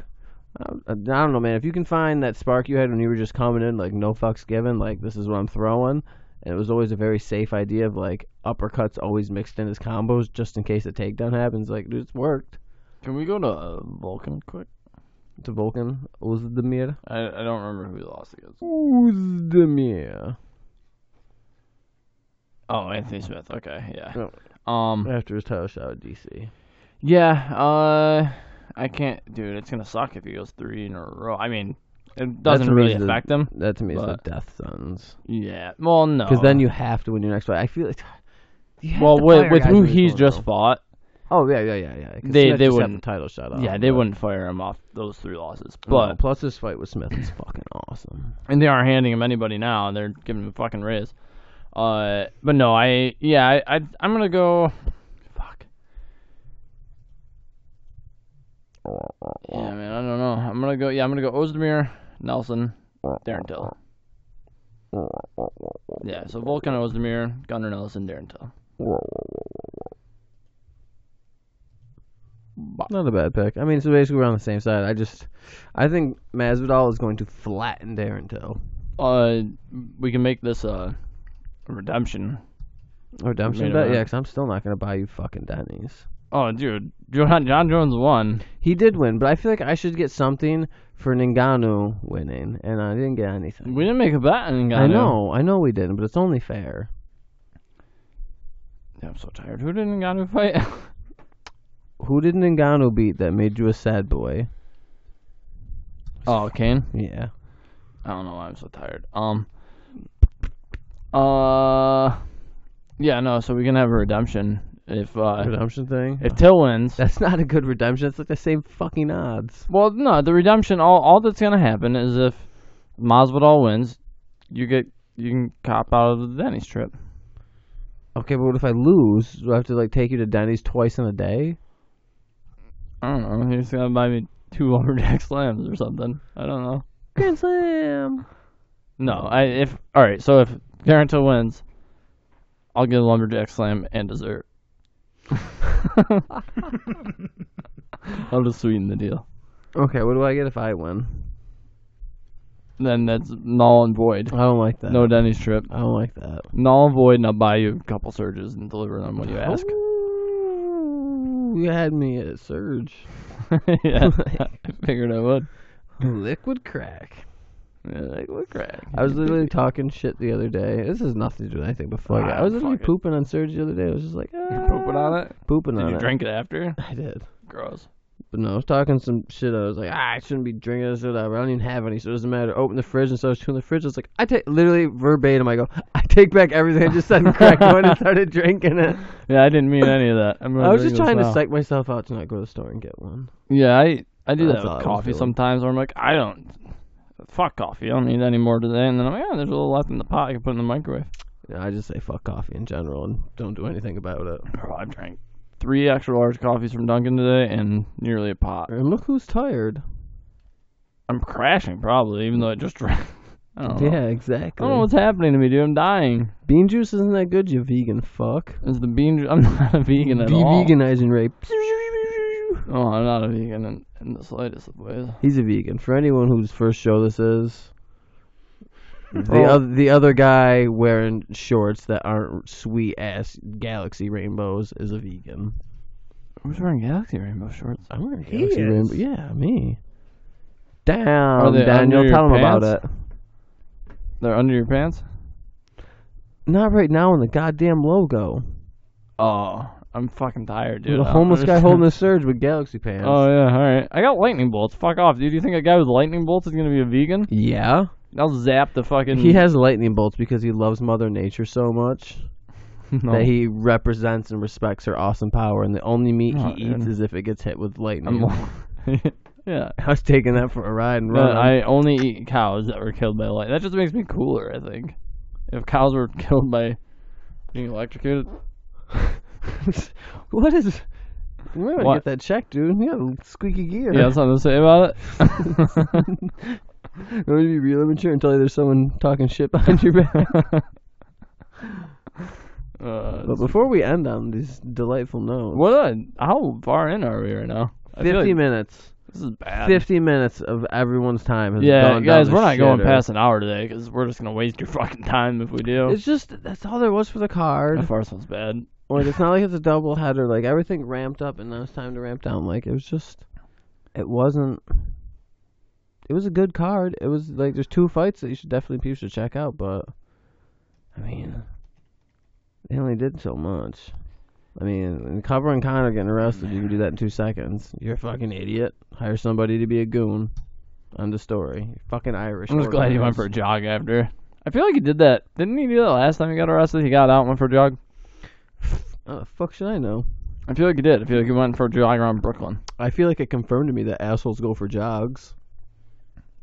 A: um, I don't, I don't know, man. If you can find that spark you had when you were just coming in, like no fucks given, like this is what I'm throwing, and it was always a very safe idea of like uppercuts always mixed in as combos just in case a takedown happens. Like, dude, it's worked.
B: Can we go to uh, Vulcan quick?
A: To Vulcan Uzdemir.
B: I I don't remember who he lost against.
A: Uzdemir.
B: Oh, Anthony Smith. Okay, yeah.
A: No.
B: Um,
A: After his title shot at DC.
B: yeah. Uh, I can't, dude. It's gonna suck if he goes three in a row. I mean, it doesn't
A: what
B: really
A: it is.
B: affect him.
A: That to me is
B: But-
A: the death sentence. Oh.
B: Yeah. Well, no.
A: Because then you have to win your next fight. I feel like. you have
B: Well,
A: to
B: with
A: fire
B: with
A: guys
B: who
A: when you're
B: he's
A: going
B: just
A: low.
B: fought,
A: Oh yeah, yeah, yeah, yeah. 'cause
B: They-
A: Smith
B: they
A: just got
B: wouldn't-
A: the title shot. off,
B: yeah, they
A: but-
B: wouldn't fire him off those three losses.
A: No,
B: But
A: plus this fight with Smith [coughs] is fucking awesome.
B: and they aren't handing him anybody now. They're giving him a fucking raise. Uh, but no, I yeah, I, I I'm gonna go. Fuck. Yeah, man, I don't know. I'm gonna go. Yeah, I'm gonna go Ozdemir, Nelson, Darren Till. Yeah, so Vulcan Ozdemir, Gunnar Nelson, Darren Till.
A: Not a bad pick. I mean, so basically we're on the same side. I just, I think Masvidal is going to flatten Darren Till.
B: Uh, we can make this a redemption.
A: Redemption
B: Made it
A: bet,
B: up.
A: yeah. Because I'm still not gonna buy you fucking Denny's.
B: Oh, dude, John, John Jones won.
A: He did win, but I feel like I should get something for Ngannou winning, and I didn't get anything.
B: We didn't make a bet and got
A: I
B: him.
A: know, I know we didn't, but it's only fair.
B: Yeah, I'm so tired. Who didn't got to fight?
A: Who did Ngannou beat that made you a sad boy?
B: oh, Kane.
A: Yeah.
B: I don't know why I'm so tired. Um. Uh. Yeah, no. So we can have a redemption if uh
A: redemption thing?
B: if Till wins.
A: That's not a good redemption. It's like the same fucking odds.
B: Well, no, the redemption. All all that's gonna happen is if Masvidal wins, you get you can cop out of the Denny's trip.
A: Okay, but what if I lose? Do I have to like take you to Denny's twice in a day?
B: I don't know. He's gonna buy me two [laughs] lumberjack slams or something. I don't know.
A: Grand Slam.
B: No, I if all right. So if Garanto wins, I'll get a lumberjack slam
A: [laughs]
B: and dessert. I'll just sweeten the deal.
A: Okay, what do I get if I win?
B: Then that's null and void.
A: I don't like that.
B: No Denny's trip.
A: I don't like that.
B: Null and void, and I'll buy you a couple surges and deliver them when you ask. [laughs]
A: Ooh, you had me at Surge. [laughs]
B: yeah, I figured I would.
A: Liquid crack.
B: Yeah, like, look, crack.
A: I was literally talking shit the other day. This has nothing to do with anything, but fuck it.
B: Ah,
A: I was literally
B: fuck it.
A: pooping on Surge the other day. I was just like, ah,
B: pooping on it.
A: Pooping
B: Did
A: on
B: you
A: it.
B: drink it after?
A: I did.
B: Gross.
A: But no, I was talking some shit. I was like, ah, I shouldn't be drinking this or that. but I don't even have any, so it doesn't matter. Open the fridge, and so I was chewing the fridge. I was like, I take literally verbatim. I go, I take back everything I just said and cracked one and
B: [laughs]
A: started drinking it.
B: Yeah, I didn't mean any of that. I'm gonna
A: I was
B: drink
A: just
B: this
A: trying to
B: now.
A: psych myself out to not go to the store and get one.
B: Yeah, I I do
A: That's how I
B: that with
A: was
B: coffee
A: feeling.
B: sometimes where I'm like, I don't fuck coffee, I don't need any more today and then I'm like, yeah, there's a little left in the pot I can put in the microwave.
A: You know, I just say fuck coffee in general and don't do anything about it.
B: Bro, I've drank three extra large coffees from Dunkin' today and nearly a pot.
A: And look who's tired.
B: I'm crashing probably, even though I just [laughs] drank I don't know.
A: Yeah,
B: I
A: exactly.
B: don't know what's happening to me, dude. I'm dying.
A: Bean juice isn't that good, you vegan fuck.
B: Is the bean? ju- I'm [laughs] not a vegan at
A: Be
B: all.
A: veganizing rape. [laughs]
B: Oh, I'm not a vegan in, in the slightest of ways.
A: He's a vegan. For anyone whose first show this is, the
B: Oh.
A: other the other guy wearing shorts that aren't sweet ass galaxy rainbows is a vegan.
B: Who's wearing Galaxy Rainbow shorts?
A: I'm wearing
C: He
A: galaxy
C: is?
A: rainbow. Yeah, me. Damn,
B: they
A: Daniel,
B: under
A: tell
B: your
A: him about it.
B: pants? They're under your pants?
A: Not right now in the goddamn logo.
B: Oh, I'm fucking tired, dude.
A: the
B: I don't
A: homeless guy
B: understand.
A: holding a surge with galaxy pants.
B: Oh yeah, all right. I got lightning bolts. Fuck off, dude. You think a guy with lightning bolts is gonna be a vegan?
A: yeah.
B: I'll zap the fucking.
A: He has lightning bolts because he loves Mother Nature so much
B: [laughs] No.
A: that he represents and respects her awesome power, and the only meat
B: Oh,
A: he eats
B: dude.
A: is if it gets hit with lightning.
B: [laughs] I'm- [laughs] yeah.
A: [laughs] I was taking that for a ride and
B: No,
A: run.
B: I only eat cows that were killed by light. That just makes me cooler, I think. If cows were [laughs] killed by being electrocuted,
A: [laughs] what is? You might want
B: What?
A: to get that check, dude. You got a squeaky gear. [laughs]
B: you have something to say about
A: I'm gonna be real immature and tell you there's someone talking shit behind your
B: [laughs]
A: back.
B: it? uh,
A: But before we end on this delightful note,
B: what? A, how far in are we right now? I feel
A: fifty
B: like
A: minutes,
B: This is bad.
A: fifty minutes of everyone's time has
B: yeah,
A: gone down
B: guys,
A: the
B: we're not going
A: shitter.
B: past an hour today because we're just gonna waste your fucking time if we do.
A: It's just that's all there was for the
B: That
A: card.
B: first one's bad.
A: Like it's not like it's a double header. Like everything ramped up and now it's time to ramp down. Like it was just, it wasn't. It was a good card. It was like there's two fights that you should definitely people should check out. But I mean, they only did so much. I mean, covering Connor getting arrested, you can do that in two seconds. You're a fucking idiot. Hire somebody to be a goon. End of story. You're fucking Irish.
B: I'm just glad he went for a jog after. I feel like he did that. Didn't he do that last time he got arrested? He got out and went for a jog.
A: How the fuck should I know?
B: I feel like he did. I feel like he went for a jog around Brooklyn.
A: I feel like it confirmed to me that assholes go for jogs.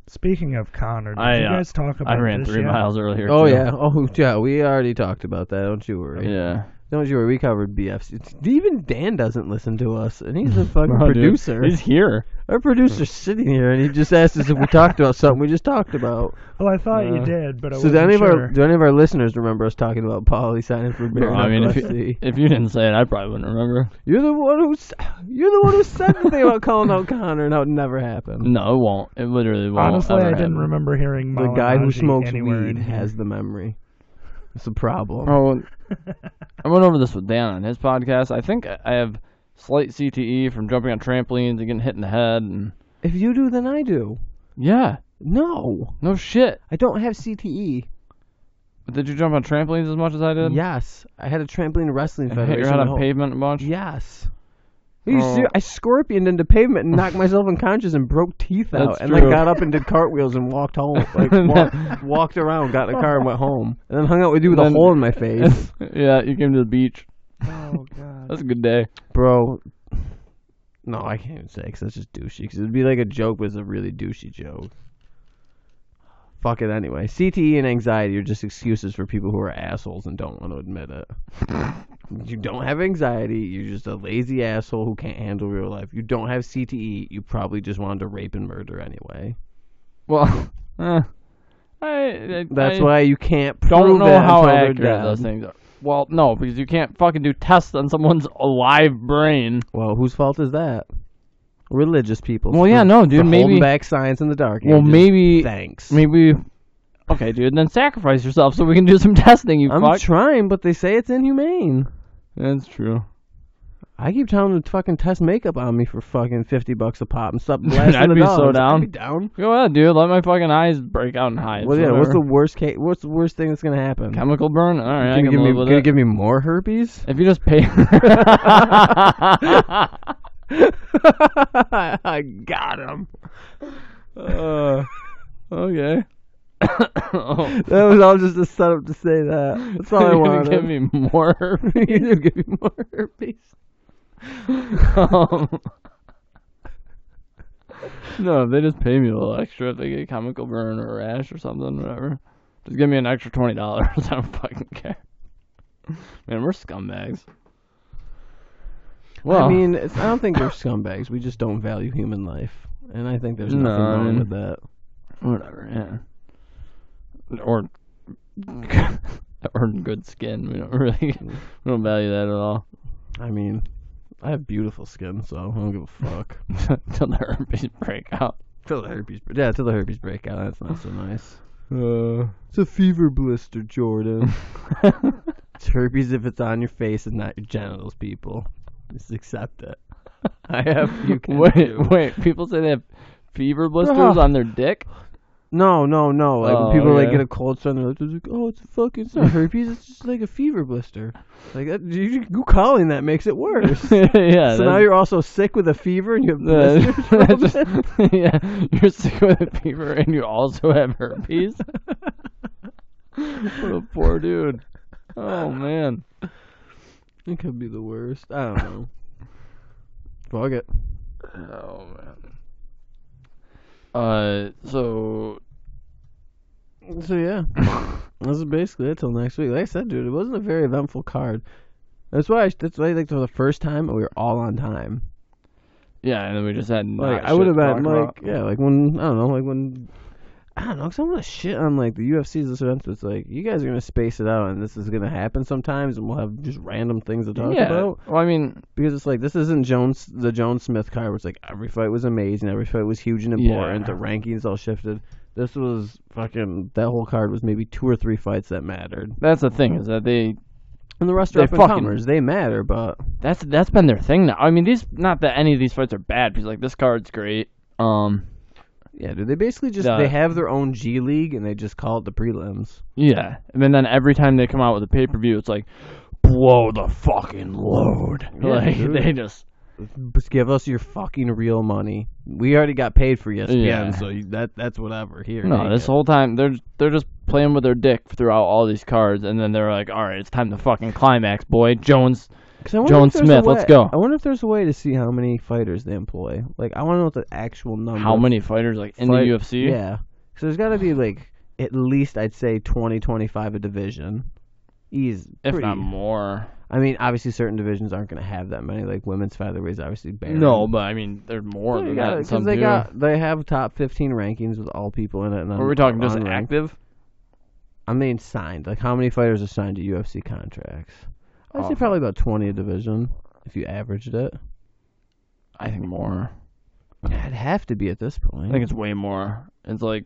C: Speaking of Connor, did
B: I,
C: you
B: uh,
C: guys talk
B: I
C: about
B: ran
C: this
B: three
C: yet?
B: miles earlier.
A: Oh
B: too.
A: yeah, oh yeah. We already talked about that. Don't you worry.
B: yeah.
A: Don't you worry. We covered BFC. It's- even Dan doesn't listen to us, and
B: [laughs]
A: he's a fucking
B: No, dude.
A: producer.
B: He's here.
A: Our producer's sitting here, and he just asked us if we talked about something we just talked about.
C: Well, I thought
B: Uh,
C: you did, but I
A: so
C: wasn't
A: do any of
C: sure.
A: our [laughs] do any of our listeners remember us talking about Paulie signing for Bear
B: No, I mean, if you,
A: FC?
B: if you didn't say it, I probably wouldn't remember.
A: You're the one who s- you're the one who said the thing about calling out Connor, and how it never happened.
B: No, it won't. It literally won't.
C: Honestly,
B: ever
C: I didn't
B: happen.
C: remember hearing
A: the guy who
C: Malinaji
A: smokes
C: anywhere in
A: weed
C: here.
A: has the memory. It's a problem. [laughs]
B: Oh, I went over this with Dan on his podcast. I think I I have slight CTE from jumping on trampolines and getting hit in the head. And
A: If you do, then I do.
B: yeah,
A: No,
B: no shit.
A: I don't have E. CTE.
B: But did you jump on trampolines as much as I did?
A: Yes, I had a trampoline wrestling
B: And Hit
A: federation.
B: your head
A: at
B: on
A: home.
B: pavement a bunch.
A: Yes. Are you
B: Oh.
A: ser- I scorpioned into pavement and knocked myself unconscious and broke teeth out,
B: That's
A: and like
B: true.
A: got up and did cartwheels and walked home. [laughs] Like walked, walked around, got in a car and went home, and then hung out with you with
B: Then-
A: a hole in my [laughs] face,
B: yeah, you came to the beach.
C: Oh god.
B: That's a good day.
A: bro. No, I can't even say because that's just douchey. Because it'd be like a joke, but it's a really douchey joke. Fuck it anyway. CTE and anxiety are just excuses for people who are assholes and don't want to admit
B: [laughs]
A: it. You don't have anxiety. You're just a lazy asshole who can't handle real life. You don't have CTE. You probably just wanted to rape and murder anyway.
B: Well, [laughs] eh, I, I
A: That's
B: I
A: why you can't prove
B: don't
A: it
B: know how
A: until they're
B: accurate
A: dead.
B: those things are. Well, no, because you can't fucking do tests on someone's alive brain.
A: Well, whose fault is that? Religious people.
B: Well, yeah,
A: for-
B: no,
A: for
B: dude,
A: holding
B: maybe-
A: back science in the dark.
B: Well,
A: ages.
B: maybe
A: Thanks.
B: Maybe. Okay, dude, then sacrifice yourself so we can do some testing, you
A: I'm
B: fuck.
A: trying, but they say it's inhumane.
B: That's true.
A: I keep telling them to fucking test makeup on me for fucking fifty bucks a pop and
B: [laughs]
A: stop
B: Dude,
A: blasting
B: I'd
A: the
B: be so
A: dogs.
B: down.
A: I'd be down.
B: Go ahead, dude. Let my fucking eyes break out and hide.
A: Well, yeah. What's
B: Whatever.
A: the worst case? What's the worst thing that's gonna happen?
B: chemical burn? All right, I
A: Can you
B: can
A: give me,
B: live with
A: can you
B: it.
A: give me more [laughs] herpes?
B: If you just pay. [laughs]
A: I got him.
B: Uh, okay. [laughs] oh,
A: That was all just a setup to say that. That's [laughs] all I
B: you're gonna
A: wanted.
B: Give me more. [laughs]
A: You give me more herpes.
B: Um, [laughs] no, if they just pay me a little extra if they get chemical burn or rash or something, whatever. Just give me an extra twenty dollars. [laughs] I don't fucking care. Man, we're scumbags. Well,
A: I mean, it's, I don't think they're scumbags. We just don't value human life, and I think there's nothing
B: No, I
A: wrong
B: mean-
A: with that.
B: whatever. or [laughs] or good skin. We don't really we don't value that at all. [laughs]
A: I mean, I have beautiful skin, so I don't give a fuck.
B: Until the herpes break out.
A: till the herpes, yeah, till the herpes break out. That's not so nice. Uh, it's a fever blister, Jordan. [laughs] it's herpes if it's on your face and not your genitals, people. Just accept it.
B: [laughs]
A: I have fucin-
B: Wait, wait. People say they have fever blisters on their [laughs] dick.
A: No, no, no. Like
B: Oh,
A: when people like
B: yeah.
A: get a cold sore, and they're like, "Oh, it's a fucking, it's [laughs] not herpes. It's just like a fever blister." Like that, you, you calling that makes it [laughs] worse.
B: yeah.
A: so now
B: that's-
A: you're also sick with a fever and you [laughs] have
B: Uh,
A: blisters.
B: [laughs] that
A: [laughs]
B: just- yeah, you're sick with a fever and you also have herpes. what a poor dude. Oh man.
A: It could be the worst. I don't [laughs] know. Fuck it.
B: Oh man. Uh, so
A: So yeah,
B: [laughs]
A: this is basically it till next week. Like I said, dude, it wasn't a very eventful card. That's why. I, that's why, like for the first time, we were all on time.
B: yeah, and then we just had not
A: Like I
B: shit
A: would have
B: to
A: been
B: talk
A: like,
B: about.
A: yeah, like when I don't know, like when I don't know, because I want to shit on like the UFC's this event. But it's like you guys are gonna space it out, and this is gonna happen sometimes, and we'll have just random things to talk
B: yeah.
A: about
B: Well, I mean,
A: because it's like this isn't Jones the Jones Smith card. Where it's like every fight was amazing, every fight was huge and
B: Yeah.
A: important. The rankings all shifted. This was fucking that whole card was maybe two or three fights that mattered.
B: that's the thing is that they
A: And the rest
B: They
A: are up and
B: fucking-
A: comers. They matter, but
B: that's that's been their thing now. I mean, these not that any of these fights are bad because like this card's great. Um,
A: yeah, dude. They basically just
B: The-
A: they have their own G League and they just call it the prelims.
B: yeah, and then, then every time they come out with a pay per view, it's like blow Oh, the fucking load.
A: Yeah,
B: [laughs] like
A: dude.
B: they just
A: Just give us your fucking real money. We already got paid for E ESPN,
B: Yeah.
A: so you, that that's whatever. Here,
B: no.
A: take
B: This
A: it.
B: whole time they're they're just playing with their dick throughout all these cards, and then they're like, all right, it's time to fucking climax, boy. Jones
A: 'Cause I wonder
B: Joan
A: if there's a
B: Smith, let's
A: way-
B: go.
A: I wonder if there's a way to see how many fighters they employ. Like, I want to know what the actual number.
B: how
A: of
B: many fighters like in
A: Um, Fight-
B: the UFC?
A: Yeah. So there's got to be like at least I'd say 20, 25 a division. Ease,
B: if
A: pretty-
B: not more.
A: I mean, obviously certain divisions aren't going to have that many. Like women's featherweight is obviously barren.
B: No, but I mean, they're more
A: Well, you
B: than
A: gotta-
B: that. in Some
A: they
B: do.
A: got they have top 15 rankings with all people in it. And
B: Are we talking just
A: unranked.
B: active?
A: I mean, signed. Like how many fighters are signed to UFC contracts? I'd say
B: Oh.
A: probably about 20 a division if you averaged it.
B: I think more.
A: It'd have to be at this
B: I
A: point.
B: think it's way more. It's like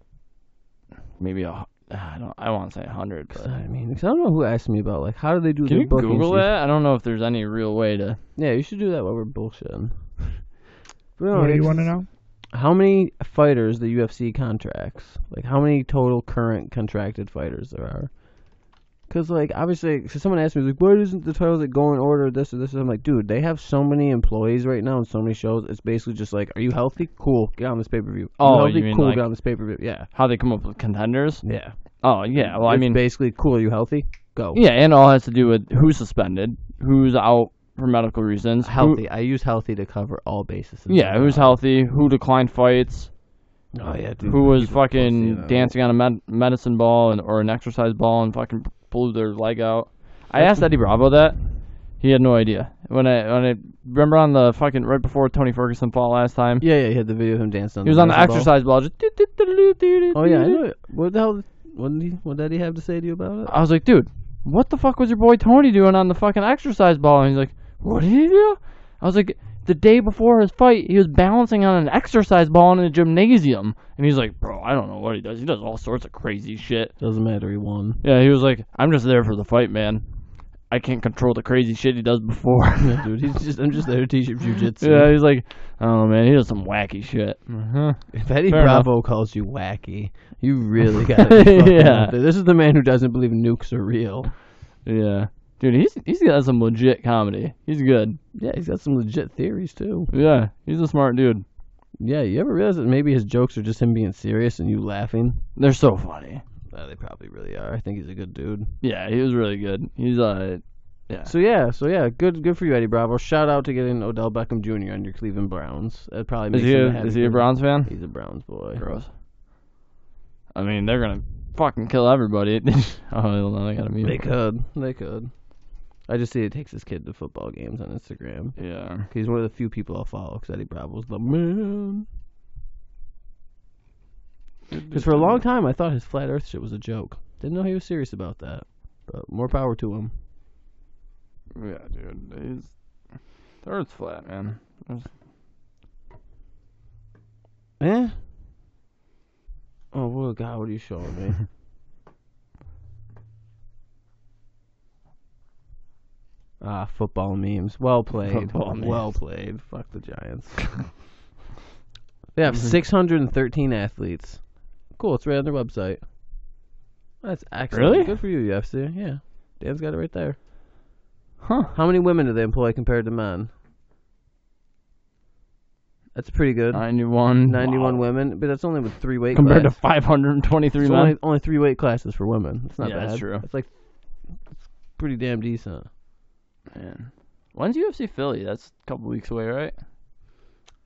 B: maybe a. hu- I don't. I want to say hundred, but
A: I mean, 'cause I don't know who asked me about like how do they do
B: can
A: their
B: you
A: bookings
B: Google
A: these
B: that? I don't know if there's any real way to.
A: Yeah, you should do that while we're bullshitting. [laughs] But no,
C: What do
A: it's-
C: you want to know?
A: How many fighters the UFC contracts? Like, how many total current contracted fighters there are? Because, like, obviously, cause someone asked me, like, why doesn't the titles that go in order, this or this? And I'm like, dude, they have so many employees right now and so many shows. It's basically just like, are you healthy? Cool, get on this pay per view.
B: Oh,
A: healthy?
B: you mean,
A: cool,
B: like-
A: get on this pay per view. Yeah,
B: How they come up with contenders?
A: yeah.
B: Oh yeah. Well, I
A: It's
B: mean,
A: basically, cool. Are you healthy? Go.
B: yeah, and all has to do with who's suspended, who's out for medical reasons, who-
A: Healthy. I use healthy to cover all bases. in
B: yeah, who's
A: general.
B: healthy, who declined fights,
A: Oh yeah, dude.
B: who was
A: people pussy, you
B: fucking
A: know.
B: dancing on a med- medicine ball and or an exercise ball and fucking blew their leg out. I asked Eddie Bravo that. He had no idea. When I when I remember on the fucking right before Tony Ferguson fought last time,
A: Yeah, yeah, he had the video of him dancing. On
B: he was on the
A: medicine ball.
B: exercise ball. Just doo- doo- doo- doo- doo- doo-
A: Oh yeah, I
B: doo-
A: know. it. What the hell? What did he? What did he have to say to you about it?
B: I was like, dude, what the fuck was your boy Tony doing on the fucking exercise ball? And he's like, what did he do? I was like, the day before his fight, he was balancing on an exercise ball in a gymnasium. And he's like, bro, I don't know what he does. He does all sorts of crazy shit.
A: Doesn't matter. He won.
B: Yeah, he was like, I'm just there for the fight, man. I can't control the crazy shit he does before.
A: [laughs]
B: [laughs]
A: Yeah, dude, he's just. I'm just there to teach you jujitsu.
B: yeah, he's like, oh man, he does some wacky shit. Uh-huh.
A: If Eddie
B: fair
A: Bravo calls you wacky, you [laughs] really got to.
B: Yeah.
A: yeah. This is the man who doesn't believe nukes are real.
B: Yeah, dude, he's he's got some legit comedy. He's good.
A: Yeah, he's got some legit theories too.
B: Yeah, he's a smart dude.
A: Yeah, you ever realize that maybe his jokes are just him being serious and you laughing?
B: They're so funny.
A: Uh, they probably really are. I think he's a good dude.
B: Yeah, he was really good. He's uh,
A: So yeah, so yeah, good, good for you, Eddie Bravo. Shout out to getting Odell Beckham Jr. on your Cleveland Browns. That probably
B: is
A: makes
B: he
A: him
B: a,
A: happy
B: is he a
A: person.
B: Browns fan?
A: He's a Browns boy.
B: Gross. I mean, they're gonna fucking kill everybody. [laughs] oh, no, they gotta mute.
A: They could. They could. I just see he takes his kid to football games on Instagram.
B: Yeah.
A: He's one of the few people I'll follow because Eddie Bravo's the man. Because for a long time, I thought his flat Earth shit was a joke. Didn't know he was serious about that. But more power to him.
B: Yeah, dude. He's the Earth's flat, man.
A: Eh? Oh, well, God, what are you showing
B: [laughs]
A: me? ah, football memes. Well played.
B: Football memes.
A: Well played. Fuck the
B: [laughs]
A: Giants. they have 613 athletes. Cool, it's right on their website. That's excellent.
B: Really?
A: Good for you, UFC. Yeah. Dan's got it right there.
B: Huh.
A: How many women do they employ compared to men? That's pretty good.
B: 91.
A: 91
B: wow.
A: women, but that's only with three weight
B: Compared to
A: classes.
B: 523
A: It's
B: men.
A: only, only three weight classes for women. That's not
B: Yeah,
A: bad.
B: that's true.
A: It's like it's pretty damn decent.
B: Man. When's UFC Philly? That's a couple weeks away, right?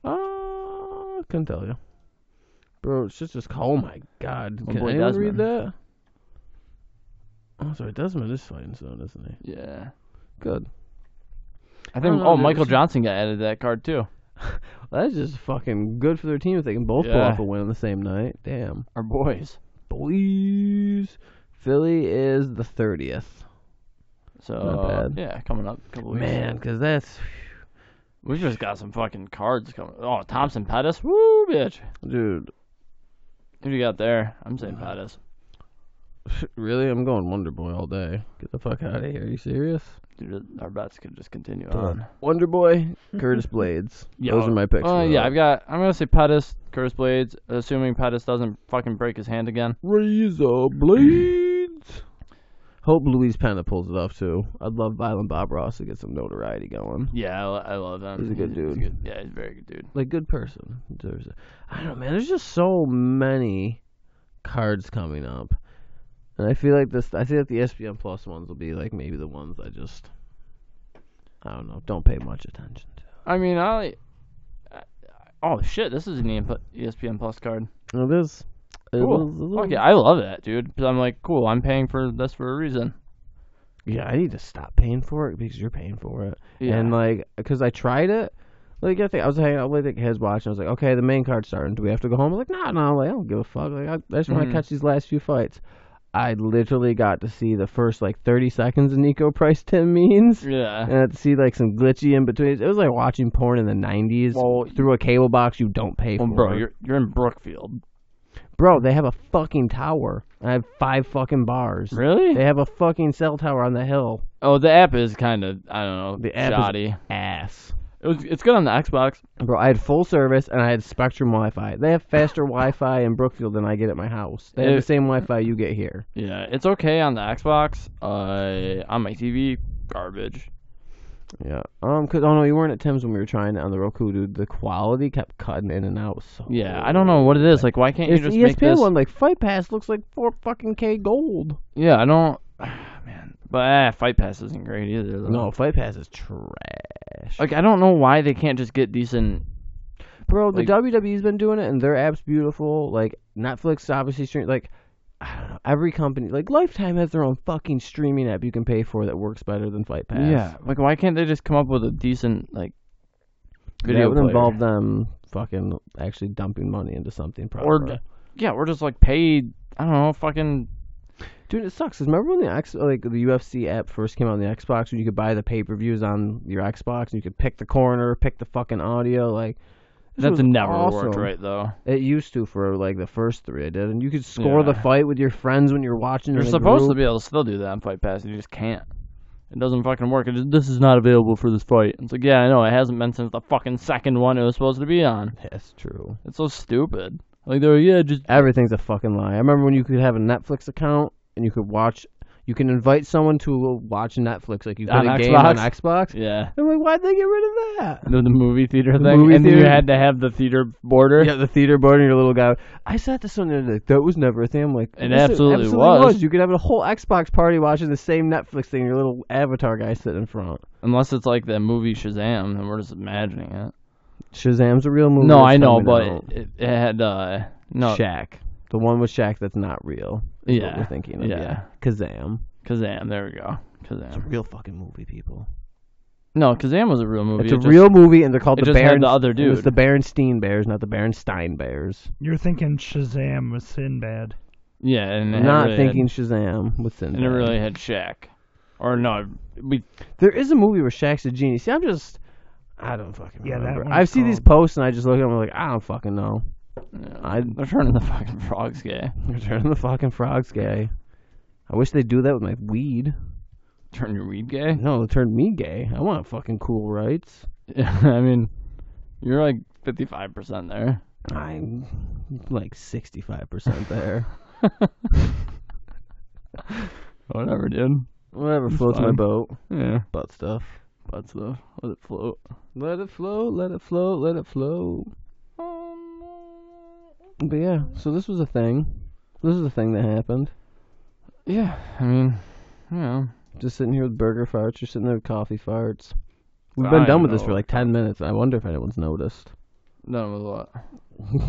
A: Uh, couldn't tell you, bro. It's just just oh my god.
B: My
A: Can
B: boy
A: anyone read
B: Desmond.
A: that? Oh, sorry, Desmond is fighting soon, isn't he?
B: Yeah.
A: Good.
B: I
A: don't
B: think.
A: know,
B: oh,
A: dude.
B: Michael Johnson got added to that card too.
A: Well, that's just fucking good for their team if they can both pull
B: Yeah.
A: off a win on the same night. Damn,
B: Our boys.
A: boys. Philly is the thirtieth.
B: So
A: Not bad.
B: yeah, coming up a couple weeks.
A: Man, because that's
B: we just got some fucking cards coming. Oh, Thompson Pettis. Woo, bitch.
A: dude.
B: Who do you got there? I'm saying Pettis.
A: [laughs] Really, I'm going Wonder Boy all day. Get the fuck out of here. Are you serious?
B: Dude, our bets could just continue on.
A: Done. Wonder Boy, [laughs] Curtis Blades.
B: Yeah.
A: Those are my picks. for
B: Uh, yeah,
A: that.
B: I've got. I'm gonna say Pettis, Curse Blades, assuming Pettis doesn't fucking break his hand again.
A: Razor Blades. [clears throat] Hope Louise Penna pulls it off too. I'd love Violent Bob Ross to get some notoriety going.
B: Yeah, I, lo- I love him.
A: He's a good dude.
B: Yeah, he's a very good dude.
A: Like good person. Deserves it. I don't know, man. There's just so many cards coming up, and I feel like this. I feel like the ESPN Plus ones will be like maybe the ones I just. I don't know. Don't pay much attention to.
B: I mean, I. I- Oh shit! This is an EMP ESPN Plus card.
A: It is. It
B: Cool.
A: is a little-
B: Fuck yeah, I love that, dude. 'Cause I'm like, cool. I'm paying for this for a reason.
A: Yeah, I need to stop paying for it because you're paying for it.
B: Yeah.
A: And like, cause I tried it. Like I think I was hanging out with like his watch, and I was like, okay, the main card's starting. Do we have to go home? I was like, nah, nah. Like I don't give a fuck. Like I, I just want to
B: Mhm.
A: catch these last few fights. I literally got to see the first like 30 seconds of Nico Price [laughs] 10 means,
B: yeah.
A: and I had to see like some glitchy in between. It was like watching porn in the 90s
B: Well,
A: through a cable box you don't pay
B: well,
A: for.
B: bro, you're you're in Brookfield.
A: Bro, they have a fucking tower. I have five fucking bars.
B: Really?
A: They have a fucking cell tower on the hill.
B: Oh, the app is kind of I don't know
A: The app is-
B: shoddy.
A: Ass.
B: It was it's good on the Xbox.
A: Bro, I had full service and I had Spectrum Wi-Fi. They have [laughs] faster Wi-Fi in Brookfield than I get at my house. They have
B: Eh.
A: the same Wi-Fi you get here.
B: Yeah, it's okay on the Xbox. Uh, on my TV, garbage.
A: Yeah. Um. 'cause- oh no, you weren't at Tim's when we were trying it on the Roku, dude. The quality kept cutting in and out. So
B: Yeah, I don't know what it is. Like, why can't you
A: It's E the
B: just make
A: ESPN
B: this?
A: one. Like Fight Pass looks like four fucking K gold.
B: Yeah, I don't. [sighs] Man, but ah, Fight Pass isn't great either. Though.
A: No, Fight Pass is trash.
B: like I don't know why they can't just get decent.
A: Bro,
B: like-
A: the WWE's been doing it, and their app's beautiful. Like Netflix, obviously, stream like I don't know, every company, like Lifetime has their own fucking streaming app you can pay for that works better than Fight Pass.
B: Yeah, like why can't they just come up with a decent like
A: that
B: video
A: would
B: player?
A: involve them fucking actually dumping money into something proper.
B: or yeah, or just like paid. I don't know, fucking
A: dude, it sucks. 'cause remember when the X, like the UFC app first came out on the Xbox, when you could buy the pay per views on your Xbox and you could pick the corner, pick the fucking audio. Like this
B: that's
A: was
B: never worked
A: awesome.
B: right though.
A: It used to for like the first three I did, and you could score the
B: Yeah.
A: fight with your friends when you're watching.
B: You're
A: in a
B: supposed to
A: group.
B: be able to still do that on Fight Pass, and you just can't. It doesn't fucking work. It just, this is not available for this fight. It's like, yeah, I know. It hasn't been since the fucking second one it was supposed to be on.
A: That's true.
B: It's so stupid. Like, they're yeah, just
A: Everything's a fucking lie. I remember when you could have a Netflix account and you could watch. You can invite someone to watch Netflix, like you could
B: On
A: a game on
B: Xbox?
A: Xbox.
B: yeah. [laughs]
A: I'm like, why'd they get rid of that?
B: The, the movie theater
A: The
B: thing,
A: movie
B: and then you
A: theater.
B: had to have the theater border.
A: Yeah, the theater board and your little guy. I sat this one and like that was never a thing. I'm like,
B: It
A: yes,
B: absolutely was.
A: was. You could have a whole Xbox party watching the same Netflix thing. Your little avatar guy sitting in front.
B: Unless it's like that movie Shazam, and we're just imagining it.
A: Shazam's a real movie.
B: no,
A: that's
B: I know,
A: coming
B: but
A: out.
B: it, it had uh no
A: Shaq, the one with Shaq that's not real. is what
B: Yeah,
A: we're thinking of.
B: yeah.
A: Yeah, Kazam.
B: Kazam. There we go. Kazam.
A: real fucking movie, people.
B: No, Kazam was a real movie.
A: It's
B: It
A: a
B: just-
A: real movie, and they're called
B: it
A: the
B: just had
A: Baron.
B: the other
A: It was
B: dude.
A: the Berenstein Bears, not the Berenstein Bears.
C: You're thinking Shazam was Sinbad.
B: Yeah, and it
A: I'm not
B: really
A: thinking Shazam with
B: Had,
A: Sinbad.
B: and it really had Shaq. Or no, we
A: There is a movie where Shaq's a genie. See, I'm just. I don't fucking
C: Yeah, that
A: remember.
C: one's
A: I've seen these
C: called-
A: posts and I just look at them and I'm like, I don't fucking know. [laughs] I-
B: I, they're turning the fucking frogs gay.
A: Return of the fucking frogs gay. I wish they'd do that with my weed.
B: Turn your weed gay. [laughs]
A: No, it turned me gay. I want fucking cool rights.
B: I mean, you're like fifty five percent there.
A: I'm like 65%
C: [laughs]
A: there.
B: Whatever, dude.
A: Whatever
B: It's
A: floats my
B: fine.
A: boat.
B: Yeah,
A: Butt stuff.
B: butt stuff. Let it float.
A: Let it flow, let it flow, let it flow. But yeah, so this was a thing. This is a thing that happened.
B: Yeah, I mean, you know,
A: Just sitting here with burger farts. You're sitting there with coffee farts. We've
B: I
A: been done
B: don't
A: with this
B: know.
A: for like 10 minutes. I wonder if anyone's noticed. [laughs]
B: done with what?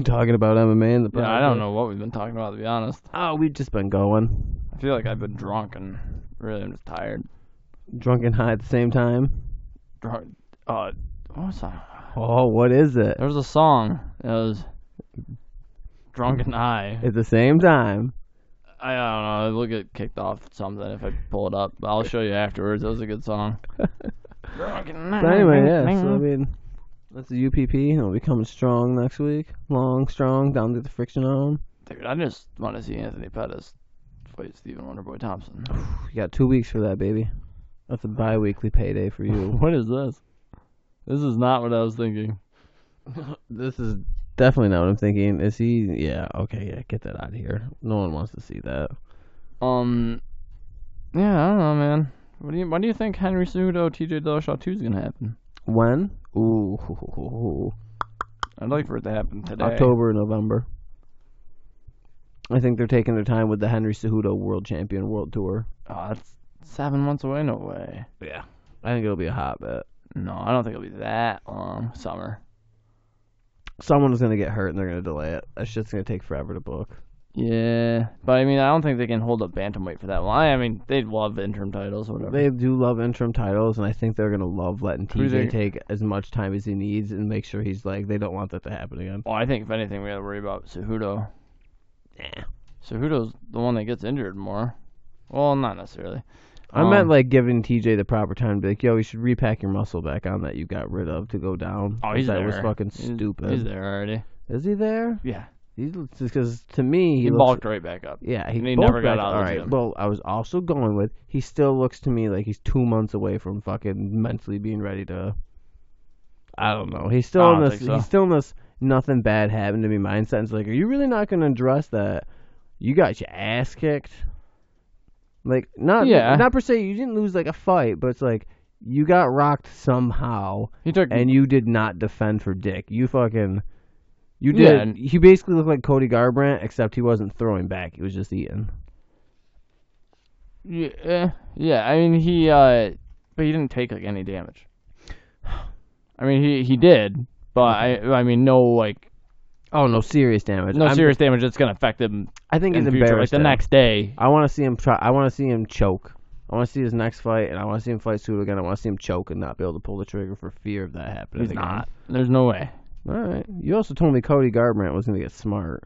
A: Talking about MMA in the
B: Yeah, I don't
A: podcast.
B: know what we've been talking about to be honest.
A: Oh, we've just been going.
B: I feel like I've been drunk and really I'm just tired.
A: Drunk and high at the same time.
B: Drunk. Uh, what was that?
A: Oh, what is it?
B: There was a song that was drunk and high.
A: At the same time.
B: I I don't know. It'll get kicked off something if I pull it up. But I'll show you afterwards. That was a good song. drunk and high.
A: But anyway, yeah,
B: [laughs]
A: so I mean, that's the UPP. It'll be coming strong next week. Long, strong, down to the friction on.
B: Dude, I just want to see Anthony Pettis fight Stephen Wonderboy Thompson.
A: You got two weeks for that, baby. That's a bi weekly payday for you.
B: [laughs] what is this? This is not what I was thinking.
A: [laughs] this is definitely not what I'm thinking. Is he. Yeah, okay, yeah, get that out of here. No one wants to see that.
B: Um, yeah, I don't know, man. What do you? When do you think Henry Sudo, T.J. Dillashaw two is gonna happen?
A: When? Ooh.
B: I'd like for it to happen today.
A: October, November. I think they're taking their time with the Henry Cejudo World Champion World Tour.
B: Oh, that's seven months away. No way.
A: Yeah. I think it'll be a hot bet.
B: No, I don't think it'll be that long. Summer.
A: Someone's gonna get hurt and they're gonna delay it. That shit's gonna take forever to book.
B: Yeah, but I mean, I don't think they can hold up bantamweight for that long. I mean, they'd love interim titles or whatever.
A: They do love interim titles, and I think they're gonna love letting
B: Who do
A: TJ
B: they-
A: take as much time as he needs and make sure he's like they don't want that to happen again.
B: well, I think if anything, we gotta worry about Cejudo.
A: Yeah.
B: Cejudo's the one that gets injured more. Well, not necessarily.
A: I meant
B: Um,
A: like giving TJ the proper time to be like, yo, you should repack your muscle back on that you got rid of to go down.
B: Oh, he's
A: that
B: there.
A: was fucking
B: He's-
A: stupid.
B: He's there already.
A: Is he there?
B: Yeah,
A: He's because to me he,
B: he,
A: looks
B: bulked right back up.
A: Yeah, he,
B: And he
A: bulked
B: never got
A: back-
B: out of the
A: all right,
B: gym.
A: Well, I was also going with he still looks to me like he's two months away from fucking mentally being ready to. I don't know. He's
B: I
A: still in
B: don't
A: this.
B: think so.
A: He's still in this. Nothing bad happened to me mindset. It's like, are you really not going to address that? You got your ass kicked. Like not
B: Yeah.
A: not per se. You didn't lose like a fight, but it's like you got rocked somehow,
B: He took
A: and you did not defend for dick. You fucking. You
B: Yeah,
A: did.
B: and-
A: He basically looked like Cody Garbrandt, except he wasn't throwing back. He was just eating.
B: Yeah, eh, yeah. I mean, he, uh, but he didn't take like any damage. [sighs] I mean, he he did, but I I mean, no like
A: Oh no, serious damage.
B: no
A: I'm-
B: serious damage that's gonna affect him
A: I think
B: in
A: he's
B: the future. Like
A: embarrassed.
B: the
A: now.
B: next day,
A: I want to see him try. I want to see him choke. I want to see his next fight, and I want to see him fight Suda again. I want to see him choke and not be able to pull the trigger for fear of that happening.
B: he's
A: again.
B: not. There's no way.
A: All right. You also told me Cody Garbrandt was going to get smart.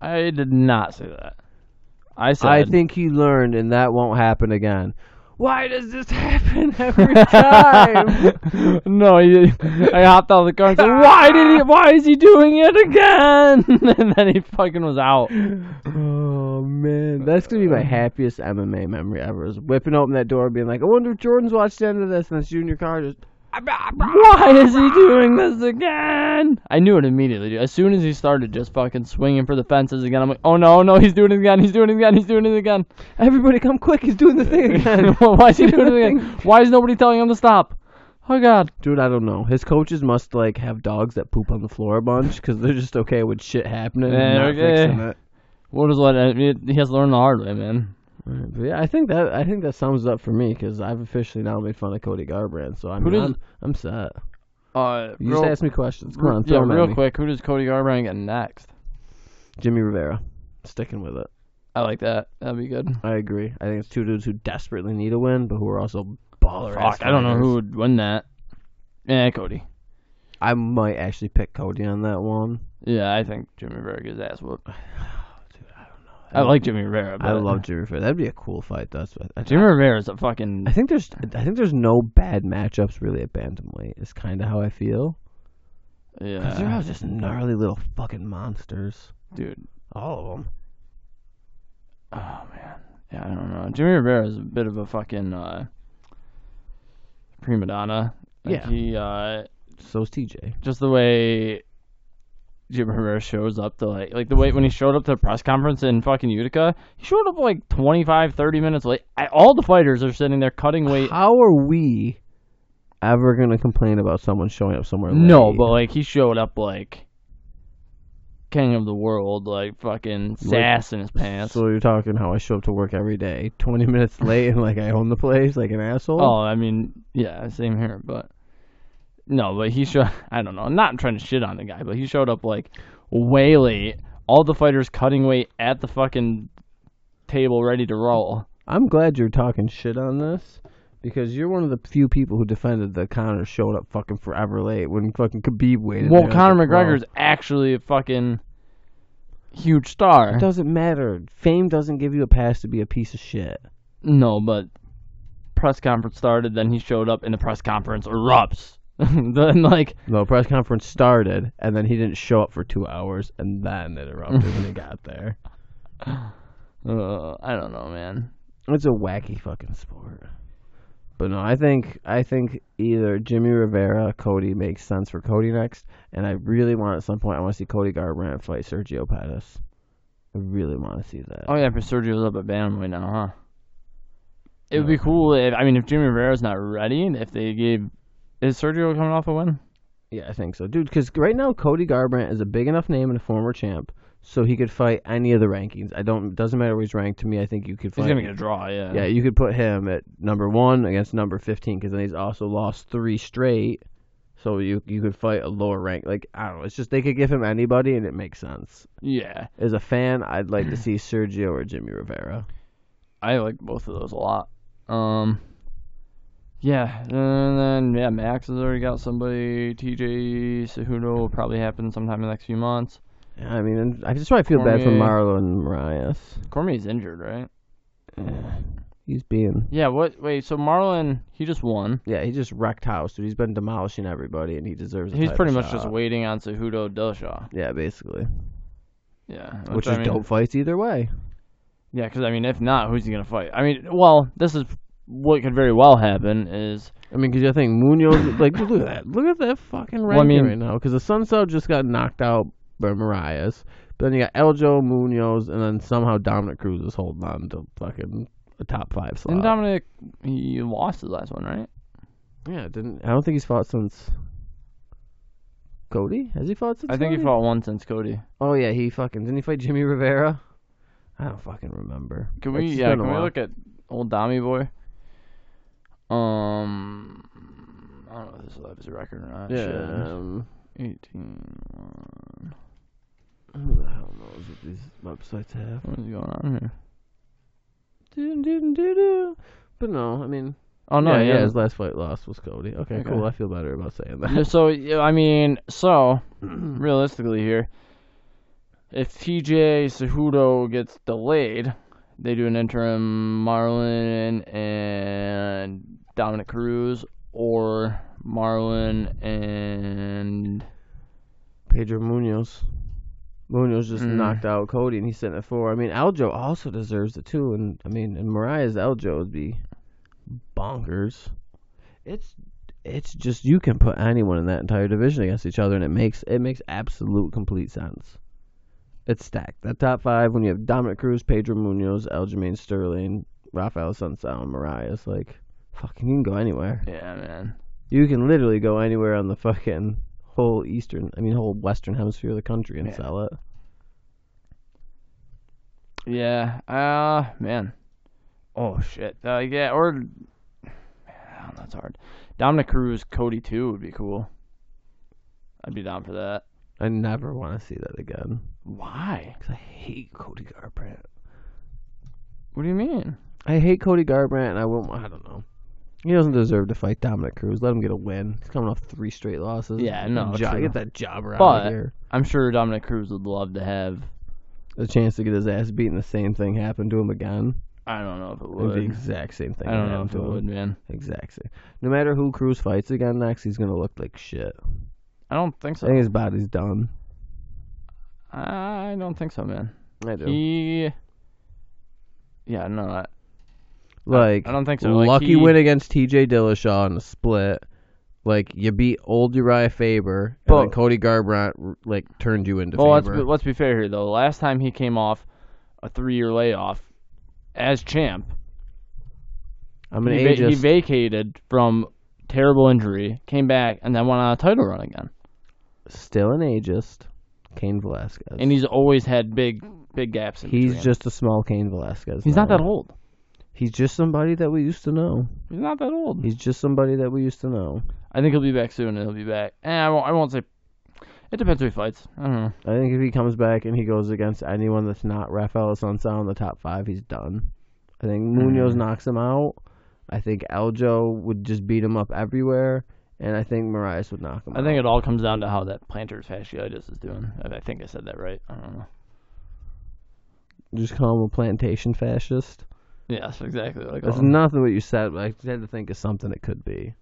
B: I did not say that. I said
A: I think he learned, and that won't happen again. Why does this happen [laughs] every time?
B: [laughs] no, he, I hopped out of the car and said, "Why did he? Why is he doing it again?" [laughs] and then he fucking was out.
A: oh man, that's gonna be my
B: Uh-huh.
A: happiest MMA memory ever. Is whipping open that door, being like, "I wonder if Jordan's watched the end of this." And that's Junior Carter.
B: Why is he doing this again? I knew it immediately, dude. As soon as he started just fucking swinging for the fences again, I'm like, oh no, no, he's doing it again, he's doing it again, he's doing it again.
A: Everybody, come quick! [laughs] He's doing the thing again.
B: [laughs] Why is he doing it again? Why is nobody telling him to stop? Oh god.
A: Dude, I don't know. His coaches must like have dogs that poop on the floor a bunch because they're just okay with shit happening and
B: Yeah,
A: not
B: okay.
A: fixing it.
B: What is what? I mean, He has to learn the hard way, man.
A: Right, but yeah, I think that I think that sums it up for me because I've officially now made fun of Cody Garbrandt, so I'm
B: Who does-
A: I'm, I'm set.
B: Uh,
A: You
B: real,
A: just ask me questions. Come on,
B: yeah,
A: throw 'em at
B: real
A: me.
B: quick, who does Cody Garbrandt get next?
A: Jimmy Rivera, sticking with it.
B: I like that. That'd be good.
A: I agree. I think it's two dudes who desperately need a win, but who are also baller. ass
B: Fuck, I don't know
A: Niners.
B: who would win that. Yeah, Cody.
A: I might actually pick Cody on that one.
B: Yeah, I think Jimmy Rivera gets ass whooped. [sighs]
A: I-
B: I like Jimmy Rivera. But
A: I love Jimmy Fair. That'd be a cool fight. That's what I,
B: Jimmy Rivera is a fucking.
A: I think there's I think there's no bad matchups really at bantamweight. Is kind of how I feel. Cause they're
B: Yeah,
A: all just gnarly little fucking monsters.
B: dude.
A: All of them.
B: Oh man. Yeah, I don't know. Jimmy Rivera is a bit of a fucking uh, prima donna. Like
A: Yeah.
B: He uh,
A: So's TJ.
B: just the way Jimmy Rivera shows up to like like the way when he showed up to the press conference in fucking Utica, he showed up like 25, 30 minutes late. I, all the fighters are sitting there cutting weight.
A: How are we ever gonna complain about someone showing up somewhere?
B: No,
A: late?
B: but like he showed up like king of the world, like fucking sass in his pants.
A: So you're talking how I show up to work every day, 20 [laughs] minutes late, and like I own the place like an asshole.
B: Oh, I mean, yeah, same here, but no, but he showed. I don't know. I'm not trying to shit on the guy, but he showed up like way late. All the fighters cutting weight at the fucking table, ready to roll.
A: I'm glad you're talking shit on this because you're one of the few people who defended that Connor showed up fucking forever late when fucking Khabib waited.
B: Well,
A: there,
B: Conor
A: like,
B: McGregor's actually a fucking huge star.
A: well, It doesn't matter. Fame doesn't give you a pass to be a piece of shit.
B: No, but press conference started. Then he showed up, and the press conference erupts. [laughs] then like
A: No, press conference started, and then he didn't show up for two hours, and then it erupted when
B: [laughs]
A: he got there.
B: Uh, I don't know, man.
A: It's a wacky fucking sport. But no, I think I think either Jimmy Rivera, Cody makes sense for Cody next, and I really want at some point I want to see Cody Garbrandt fight Sergio Pettis. I really want to see that.
B: Oh yeah, for Sergio's up at bantamweight now, huh? It would be cool if I mean if Jimmy Rivera's not ready, if they gave is Sergio coming off a win?
A: Yeah, I think so, dude. Because right now Cody Garbrandt is a big enough name and a former champ, so he could fight any of the rankings. I don't doesn't matter where he's ranked to me. I think you could
B: He's
A: fight.
B: gonna get a draw, yeah.
A: yeah, you could put him at number one against number fifteen because then he's also lost three straight. So you you could fight a lower rank. Like I don't know. It's just they could give him anybody and it makes sense.
B: yeah.
A: As a fan, I'd
B: [clears throat]
A: like to see Sergio or Jimmy Rivera.
B: I like both of those a lot. Um, yeah, and then yeah, Max has already got somebody. TJ Cejudo will probably happen sometime in the next few months.
A: I mean, and I just why I feel bad for
B: Cormier.
A: Marlon Marias.
B: Cormier's injured, right?
A: He's being
B: Yeah. What? Wait. So Marlon, he just won.
A: yeah, he just wrecked house, dude. He's been demolishing everybody, and he deserves. A
B: He's
A: title
B: pretty much
A: shot.
B: just waiting on Cejudo Dillashaw.
A: Yeah, basically.
B: Yeah.
A: Which
B: I
A: is
B: mean-
A: dope fights either way.
B: Yeah, because I mean, if not, who's he gonna fight? I mean, well, this is what could very well happen is
A: I mean, because I think Munoz, like, look at that. Look at that fucking
B: Well, I
A: ranking
B: mean-
A: right now. Because the Sun Cell just got knocked out by Marias. But then you got Eljo, Munoz, and then somehow Dominic Cruz is holding on to fucking a top five slot.
B: and Dominic he lost his last one, right?
A: yeah, didn't. I don't think he's fought since. Cody? Has he fought since?
B: I think he
A: Cody?
B: fought one since Cody.
A: Oh, yeah, he fucking. Didn't he fight Jimmy Rivera? I don't fucking remember.
B: Can we?
A: It's
B: yeah,
A: been a
B: can we
A: while.
B: look at old Dommy boy? Um, I don't know if this life is a record or not.
A: Yeah.
B: Shit.
A: um,
B: eighteen. uh,
A: who the hell knows what these websites have?
B: What is going on here?
A: Doo doo doo doo. But no, I mean,
B: Oh no,
A: yeah, yeah,
B: yeah.
A: his last fight loss was Cody. Okay,
B: Okay.
A: cool. I feel better about saying
B: Yeah,
A: that.
B: [laughs] so yeah, I mean, so realistically here, if TJ Cejudo gets delayed, they do an interim Marlon and Dominic Cruz, or Marlon and
A: Pedro Munoz. Munoz just
B: Mm.
A: knocked out Cody, and he's sitting at four. I mean, Aljo also deserves it too, and I mean, and Mariah's Aljo would be bonkers. It's it's just you can put anyone in that entire division against each other, and it makes it makes absolute complete sense. It's stacked. That top five when you have Dominic Cruz, Pedro Munoz, Aljamain Sterling, Rafael Sunsao, and Mariah's like fucking you can go anywhere.
B: yeah, man,
A: You can literally go anywhere on the fucking whole eastern, I mean, whole western hemisphere of the country and
B: Yeah.
A: sell it.
B: yeah, uh man, oh shit, uh, yeah, or man, I don't know, it's hard. Dominic Cruz, Cody too would be cool. I'd be down for that.
A: I never want to see that again
B: Why?
A: because I hate Cody Garbrandt.
B: What do you mean?
A: I hate Cody Garbrandt, and I won't. I don't know. He doesn't deserve to fight Dominic Cruz. Let him get a win. He's coming off three straight losses.
B: Yeah, no,
A: Jo-
B: true.
A: get that jobber out
B: But-
A: of here.
B: I'm sure Dominic Cruz would love to have.
A: A chance to get his ass beat and the same thing happen to him again.
B: I don't know if it
A: It would be the
B: would.
A: exact same thing.
B: I don't
A: that
B: know
A: happened
B: if it
A: to him.
B: would, man.
A: Exact same. No matter who Cruz fights again next, he's gonna look like shit.
B: I don't think
A: I think
B: so.
A: his body's done.
B: I don't think so, man.
A: I do.
B: He. Yeah, no, I,
A: like
B: I don't think so. Like,
A: Lucky
B: he-
A: win against T.J. Dillashaw in a split. Like you beat old Uriah Faber, and then
B: But-
A: Cody Garbrandt like turned you into
B: Well, let's
A: Faber.
B: be, let's be fair here though. Last time he came off a three-year layoff as champ,
A: I'm an
B: he, va- he
A: ageist.
B: vacated from terrible injury, came back, and then went on a title run again.
A: Still an ageist. Kane Velasquez.
B: And he's always had big, big gaps. In
A: he's
B: between.
A: just a small Kane Velasquez.
B: he's not
A: now.
B: that old.
A: He's just somebody that we used to know.
B: He's not that old.
A: He's just somebody that we used to know.
B: I think he'll be back soon, and he'll be back. Eh, I won't. I won't say. It depends who he fights. I don't know.
A: I think if he comes back and he goes against anyone that's not Rafael Sunsao in the top five, he's done. I think Munoz
B: Mhm.
A: knocks him out. I think Aljo would just beat him up everywhere, and I think Marias would knock him
B: I
A: out.
B: think it all comes down to how that plantar fasciitis is doing. I I think I said that right. I don't know.
A: just call him a plantation fascist.
B: Yes, exactly. Like oh.
A: That's nothing what you said, but I just had to think of something it could be.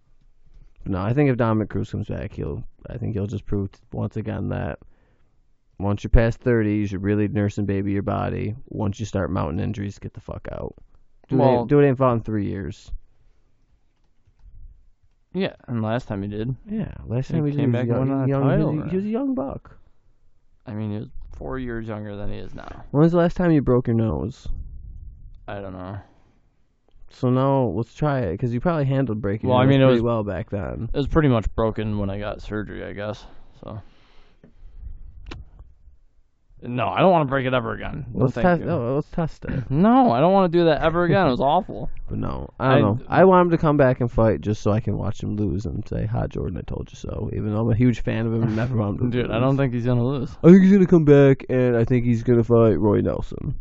A: But no, I think if Dominic Cruz comes back, he'll. I think he'll just prove t- once again that once you're past thirty, you should really nurse and baby your body. Once you start mounting injuries, get the fuck out. Dude,
B: Well-
A: ain't, dude ain't fought in three years.
B: yeah. And last time he did.
A: Yeah, last
B: He
A: time he,
B: came
A: was
B: back
A: young,
B: and won
A: young-
B: a
A: he was-
B: title
A: he,
B: run.
A: was a young buck.
B: I mean, he was four years younger than he is now.
A: When was the last time you broke your nose?
B: I don't know.
A: So now let's try it because you probably handled breaking.
B: Well,
A: your
B: I
A: nose
B: mean, it
A: pretty
B: was-
A: well back then.
B: It was pretty much broken when I got surgery, I guess. So. No, I don't want to break it ever again. No,
A: Let's
B: thank
A: test.
B: you.
A: Oh, let's test it.
B: No, I don't want to do that ever again. It was [laughs] awful.
A: But no, I don't know. I want him to come back and fight just so I can watch him lose and say, "Hi, Jordan, I told you so." Even though I'm a huge fan of him, and never want him to
B: [laughs] Dude, I
A: lose.
B: don't think he's gonna lose.
A: I think he's gonna come back, and I think he's gonna fight Roy Nelson.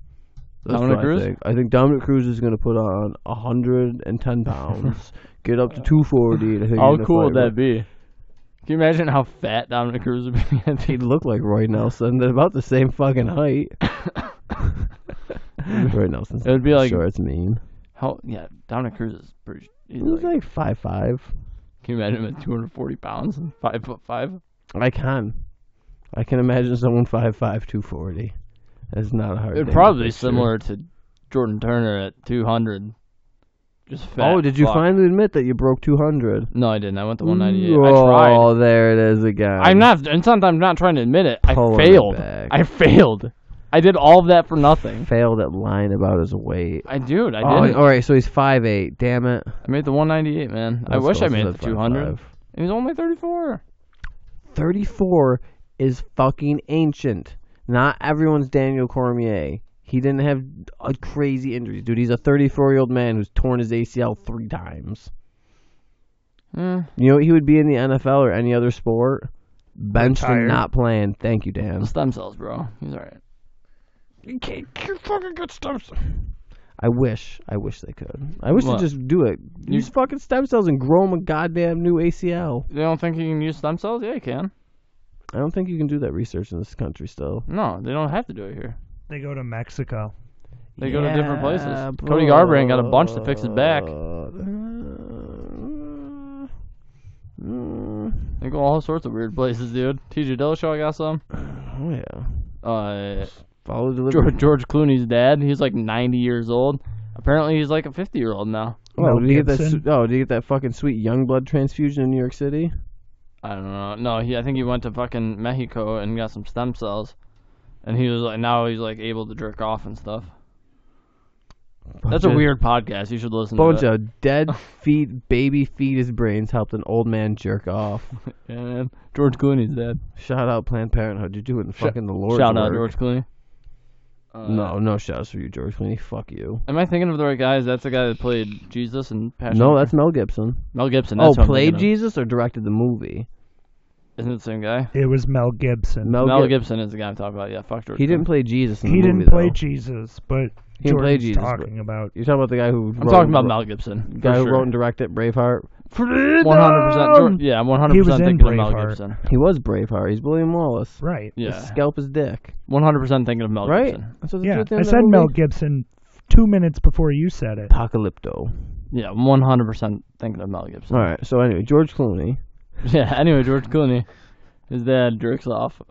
A: That's
B: Dominic
A: what
B: Cruz?
A: I think. I think Dominic Cruz is gonna put on 110
B: [laughs]
A: pounds, get up to 240. And I think
B: How
A: he's gonna
B: cool
A: fight
B: would
A: Roy-
B: that be? Can you imagine how fat Dominic Cruz would be? [laughs] at the-
A: He looked like Roy Nelson. They're about the same fucking
B: [laughs]
A: height. Roy Nelson's
B: It would be like
A: sure it's mean.
B: how? Yeah, Dominic Cruz is pretty. He's
A: He was
B: like,
A: like five five.
B: can you imagine him at 240 pounds and five foot five?
A: I can. I can imagine someone five five two forty. That's not a hard. thing
B: It'd
A: to
B: probably be
A: picture.
B: similar to Jordan Turner at 200. Just fat.
A: Oh, did you
B: fuck.
A: finally admit that you broke two hundred?
B: No, I didn't. I went to 198. I tried.
A: Oh, there it is again.
B: I'm not. And sometimes I'm not trying to admit it. I
A: Pulling it
B: failed.
A: back.
B: I failed. I did all of that for nothing.
A: failed at lying about his weight.
B: I dude. I
A: Oh,
B: did.
A: all right. So he's five eight. Damn it.
B: I made the 198, man. I
A: That's
B: wish I
A: close
B: made
A: to
B: the 200. And he's only 34.
A: 34 is fucking ancient. Not everyone's Daniel Cormier. He didn't have a crazy injuries, dude. He's a 34 year old man who's torn his ACL three times.
B: Eh,
A: You know, he would be in the NFL or any other sport. Benched and
C: Retired.
A: not playing. Thank you, Dan.
B: stem cells, bro. He's all right.
A: You can't, you fucking get stem cells. I wish. I wish they could. I wish
B: What?
A: they just do it.
B: You-
A: Use fucking stem cells and grow them a goddamn new ACL.
B: You don't think you can use stem cells? Yeah, you can.
A: I don't think you can do that research in this country still.
B: No, they don't have to do it here.
C: They go to Mexico.
B: They go to different places.
A: Yeah,
B: Cody Garbrandt got a bunch to fix his back.
A: bro. Mm.
B: They go all sorts of weird places, dude. TJ Dillashaw got some.
A: Oh yeah.
B: Uh,
A: Follow the delivery.
B: George, George Clooney's dad. He's like 90 years old. Apparently, he's like a 50 year old now.
A: Oh, did you get that?
C: Gibson.
A: Su- oh, did you get that fucking sweet young blood transfusion in New York City?
B: I don't know. No, he. I think he went to fucking Mexico and got some stem cells, and he was like, now he's like able to jerk off and stuff. That's a
A: Bunch of-
B: weird podcast. You should listen.
A: bunch
B: to it.
A: of dead
B: [laughs]
A: feet, baby fetus brains helped an old man jerk off.
B: Yeah, man. George Clooney's dad.
A: Shout out Planned Parenthood. You're doing fucking the Lord's
B: Shout out
A: work.
B: George Clooney. Uh,
A: No, no shouts for you, George Clooney. Fuck you.
B: Am I thinking of the right guys? That's the guy that played Jesus and Passion.
A: No,
B: of
A: that's Mel Gibson.
B: Mel Gibson. That's who
A: oh,
B: I'm
A: played
B: thinking
A: Jesus or directed the movie?
B: of. Isn't it the same guy?
C: It was Mel Gibson.
A: Mel,
B: Mel
A: Gib-
B: Gibson is the guy I'm talking about. Yeah, fuck George.
A: He didn't
B: Clooney.
A: play Jesus in the
C: he
A: movie.
C: didn't play
A: though.
C: Jesus, but
A: He can play
C: Jordan's
A: Jesus. but-
C: talking about.
A: You're talking about the guy who
B: I'm talking about
A: Mel.
B: Mel Gibson.
A: guy who wrote and directed Braveheart.
C: Freedom!
B: One hundred percent. Yeah, I'm one hundred
C: He was
B: percent
C: in
B: thinking of Mel
C: Braveheart.
B: Gibson.
A: He was Braveheart. He's William Wallace.
C: Right.
A: His
B: Yeah,
A: scalp is dick.
B: one hundred percent thinking of Mel
A: Right?
B: Gibson.
A: That's what the
C: Yeah.
A: truth in
C: I
A: that
C: said
A: movie.
C: Mel Gibson two minutes before you said it.
A: Apocalypto.
B: Yeah, one hundred percent thinking of Mel Gibson. [laughs]
A: All right. So anyway, George Clooney.
B: Yeah. Anyway, George Clooney, his dad jerks off.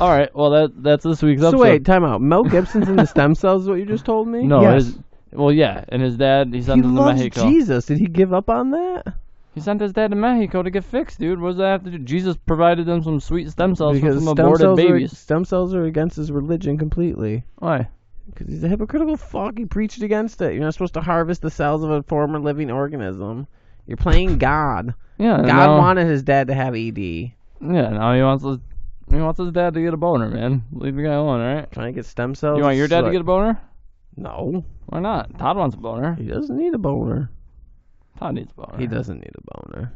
B: All right. Well, that that's this week's
A: So
B: episode.
A: wait, time out. Mel Gibson's in the stem cells. Is what you just told me?
B: no.
C: Yes.
B: His, well, yeah, and his dad he
A: He
B: sent him to
A: loves
B: Mexico.
A: Jesus. Did he give up on that?
B: He sent his dad to Mexico to get fixed, dude. What does that have to do? Jesus provided them some sweet stem cells
A: because
B: from some
A: stem
B: aborted
A: cells, are,
B: babies.
A: stem cells are against his religion completely.
B: Why?
A: Because he's a hypocritical fuck. He preached against it. You're not supposed to harvest the cells of a former living organism. You're playing God.
B: Yeah.
A: God
B: now,
A: wanted his dad to have E ED.
B: Yeah. Now he wants his he wants his dad to get a boner, man. Leave the guy alone, all right?
A: Can I get stem cells?
B: You want your dad to get a boner?
A: No,
B: Why not? Todd wants a boner.
A: he doesn't need a boner.
B: Todd needs a boner.
A: He doesn't need a boner.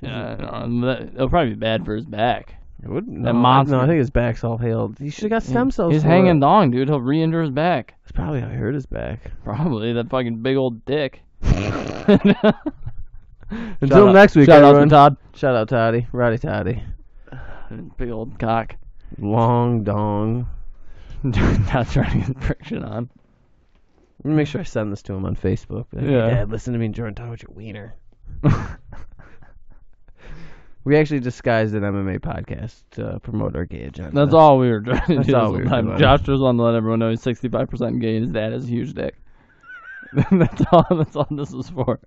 B: Yeah, I know, that- it'll probably be bad for his back.
A: It would
B: That
A: no,
B: monster.
A: no, I think his back's all healed. He should have got stem cells.
B: He's
A: for
B: hanging
A: it.
B: dong, dude. He'll re-injure his back.
A: That's probably how he hurt his back.
B: Probably that fucking big old dick. [laughs]
A: Until
B: out-
A: next week,
B: shout out to
A: everyone.
B: Todd.
A: Shout out Toddy, Roddy Toddy,
B: Big old cock. [laughs]
A: Long Dong.
B: Not trying to get friction on.
A: Let me make sure I send this to him on Facebook. Like,
B: Yeah.
A: Dad, listen to me and Jordan talk about your wiener. [laughs] we actually disguised an MMA podcast to promote our gay agenda.
B: That's all we were trying to
A: That's
B: do.
A: all
B: this
A: we
B: whole
A: were
B: time.
A: doing.
B: Josh just wanted to let everyone know he's sixty five percent gay and his dad is a huge dick. [laughs] that's all that's all this is for.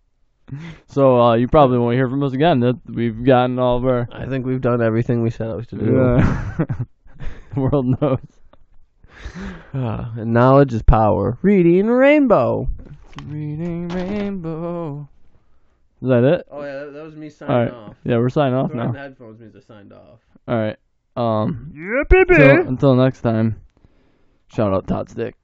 B: So uh, you probably won't hear from us again. That we've gotten all of our
A: I think we've done everything we set out to do.
B: Yeah. [laughs] world knows.
A: Ah, [sighs] and knowledge is power. Reading Rainbow.
B: Reading Rainbow. Is that it?
A: Oh yeah, that, that was me signing
B: All right. Yeah, we're signing off now.
A: headphones means I signed off.
B: All right. Um.
C: Yeah, baby.
B: Until, until next time. Shout out Todd Stick.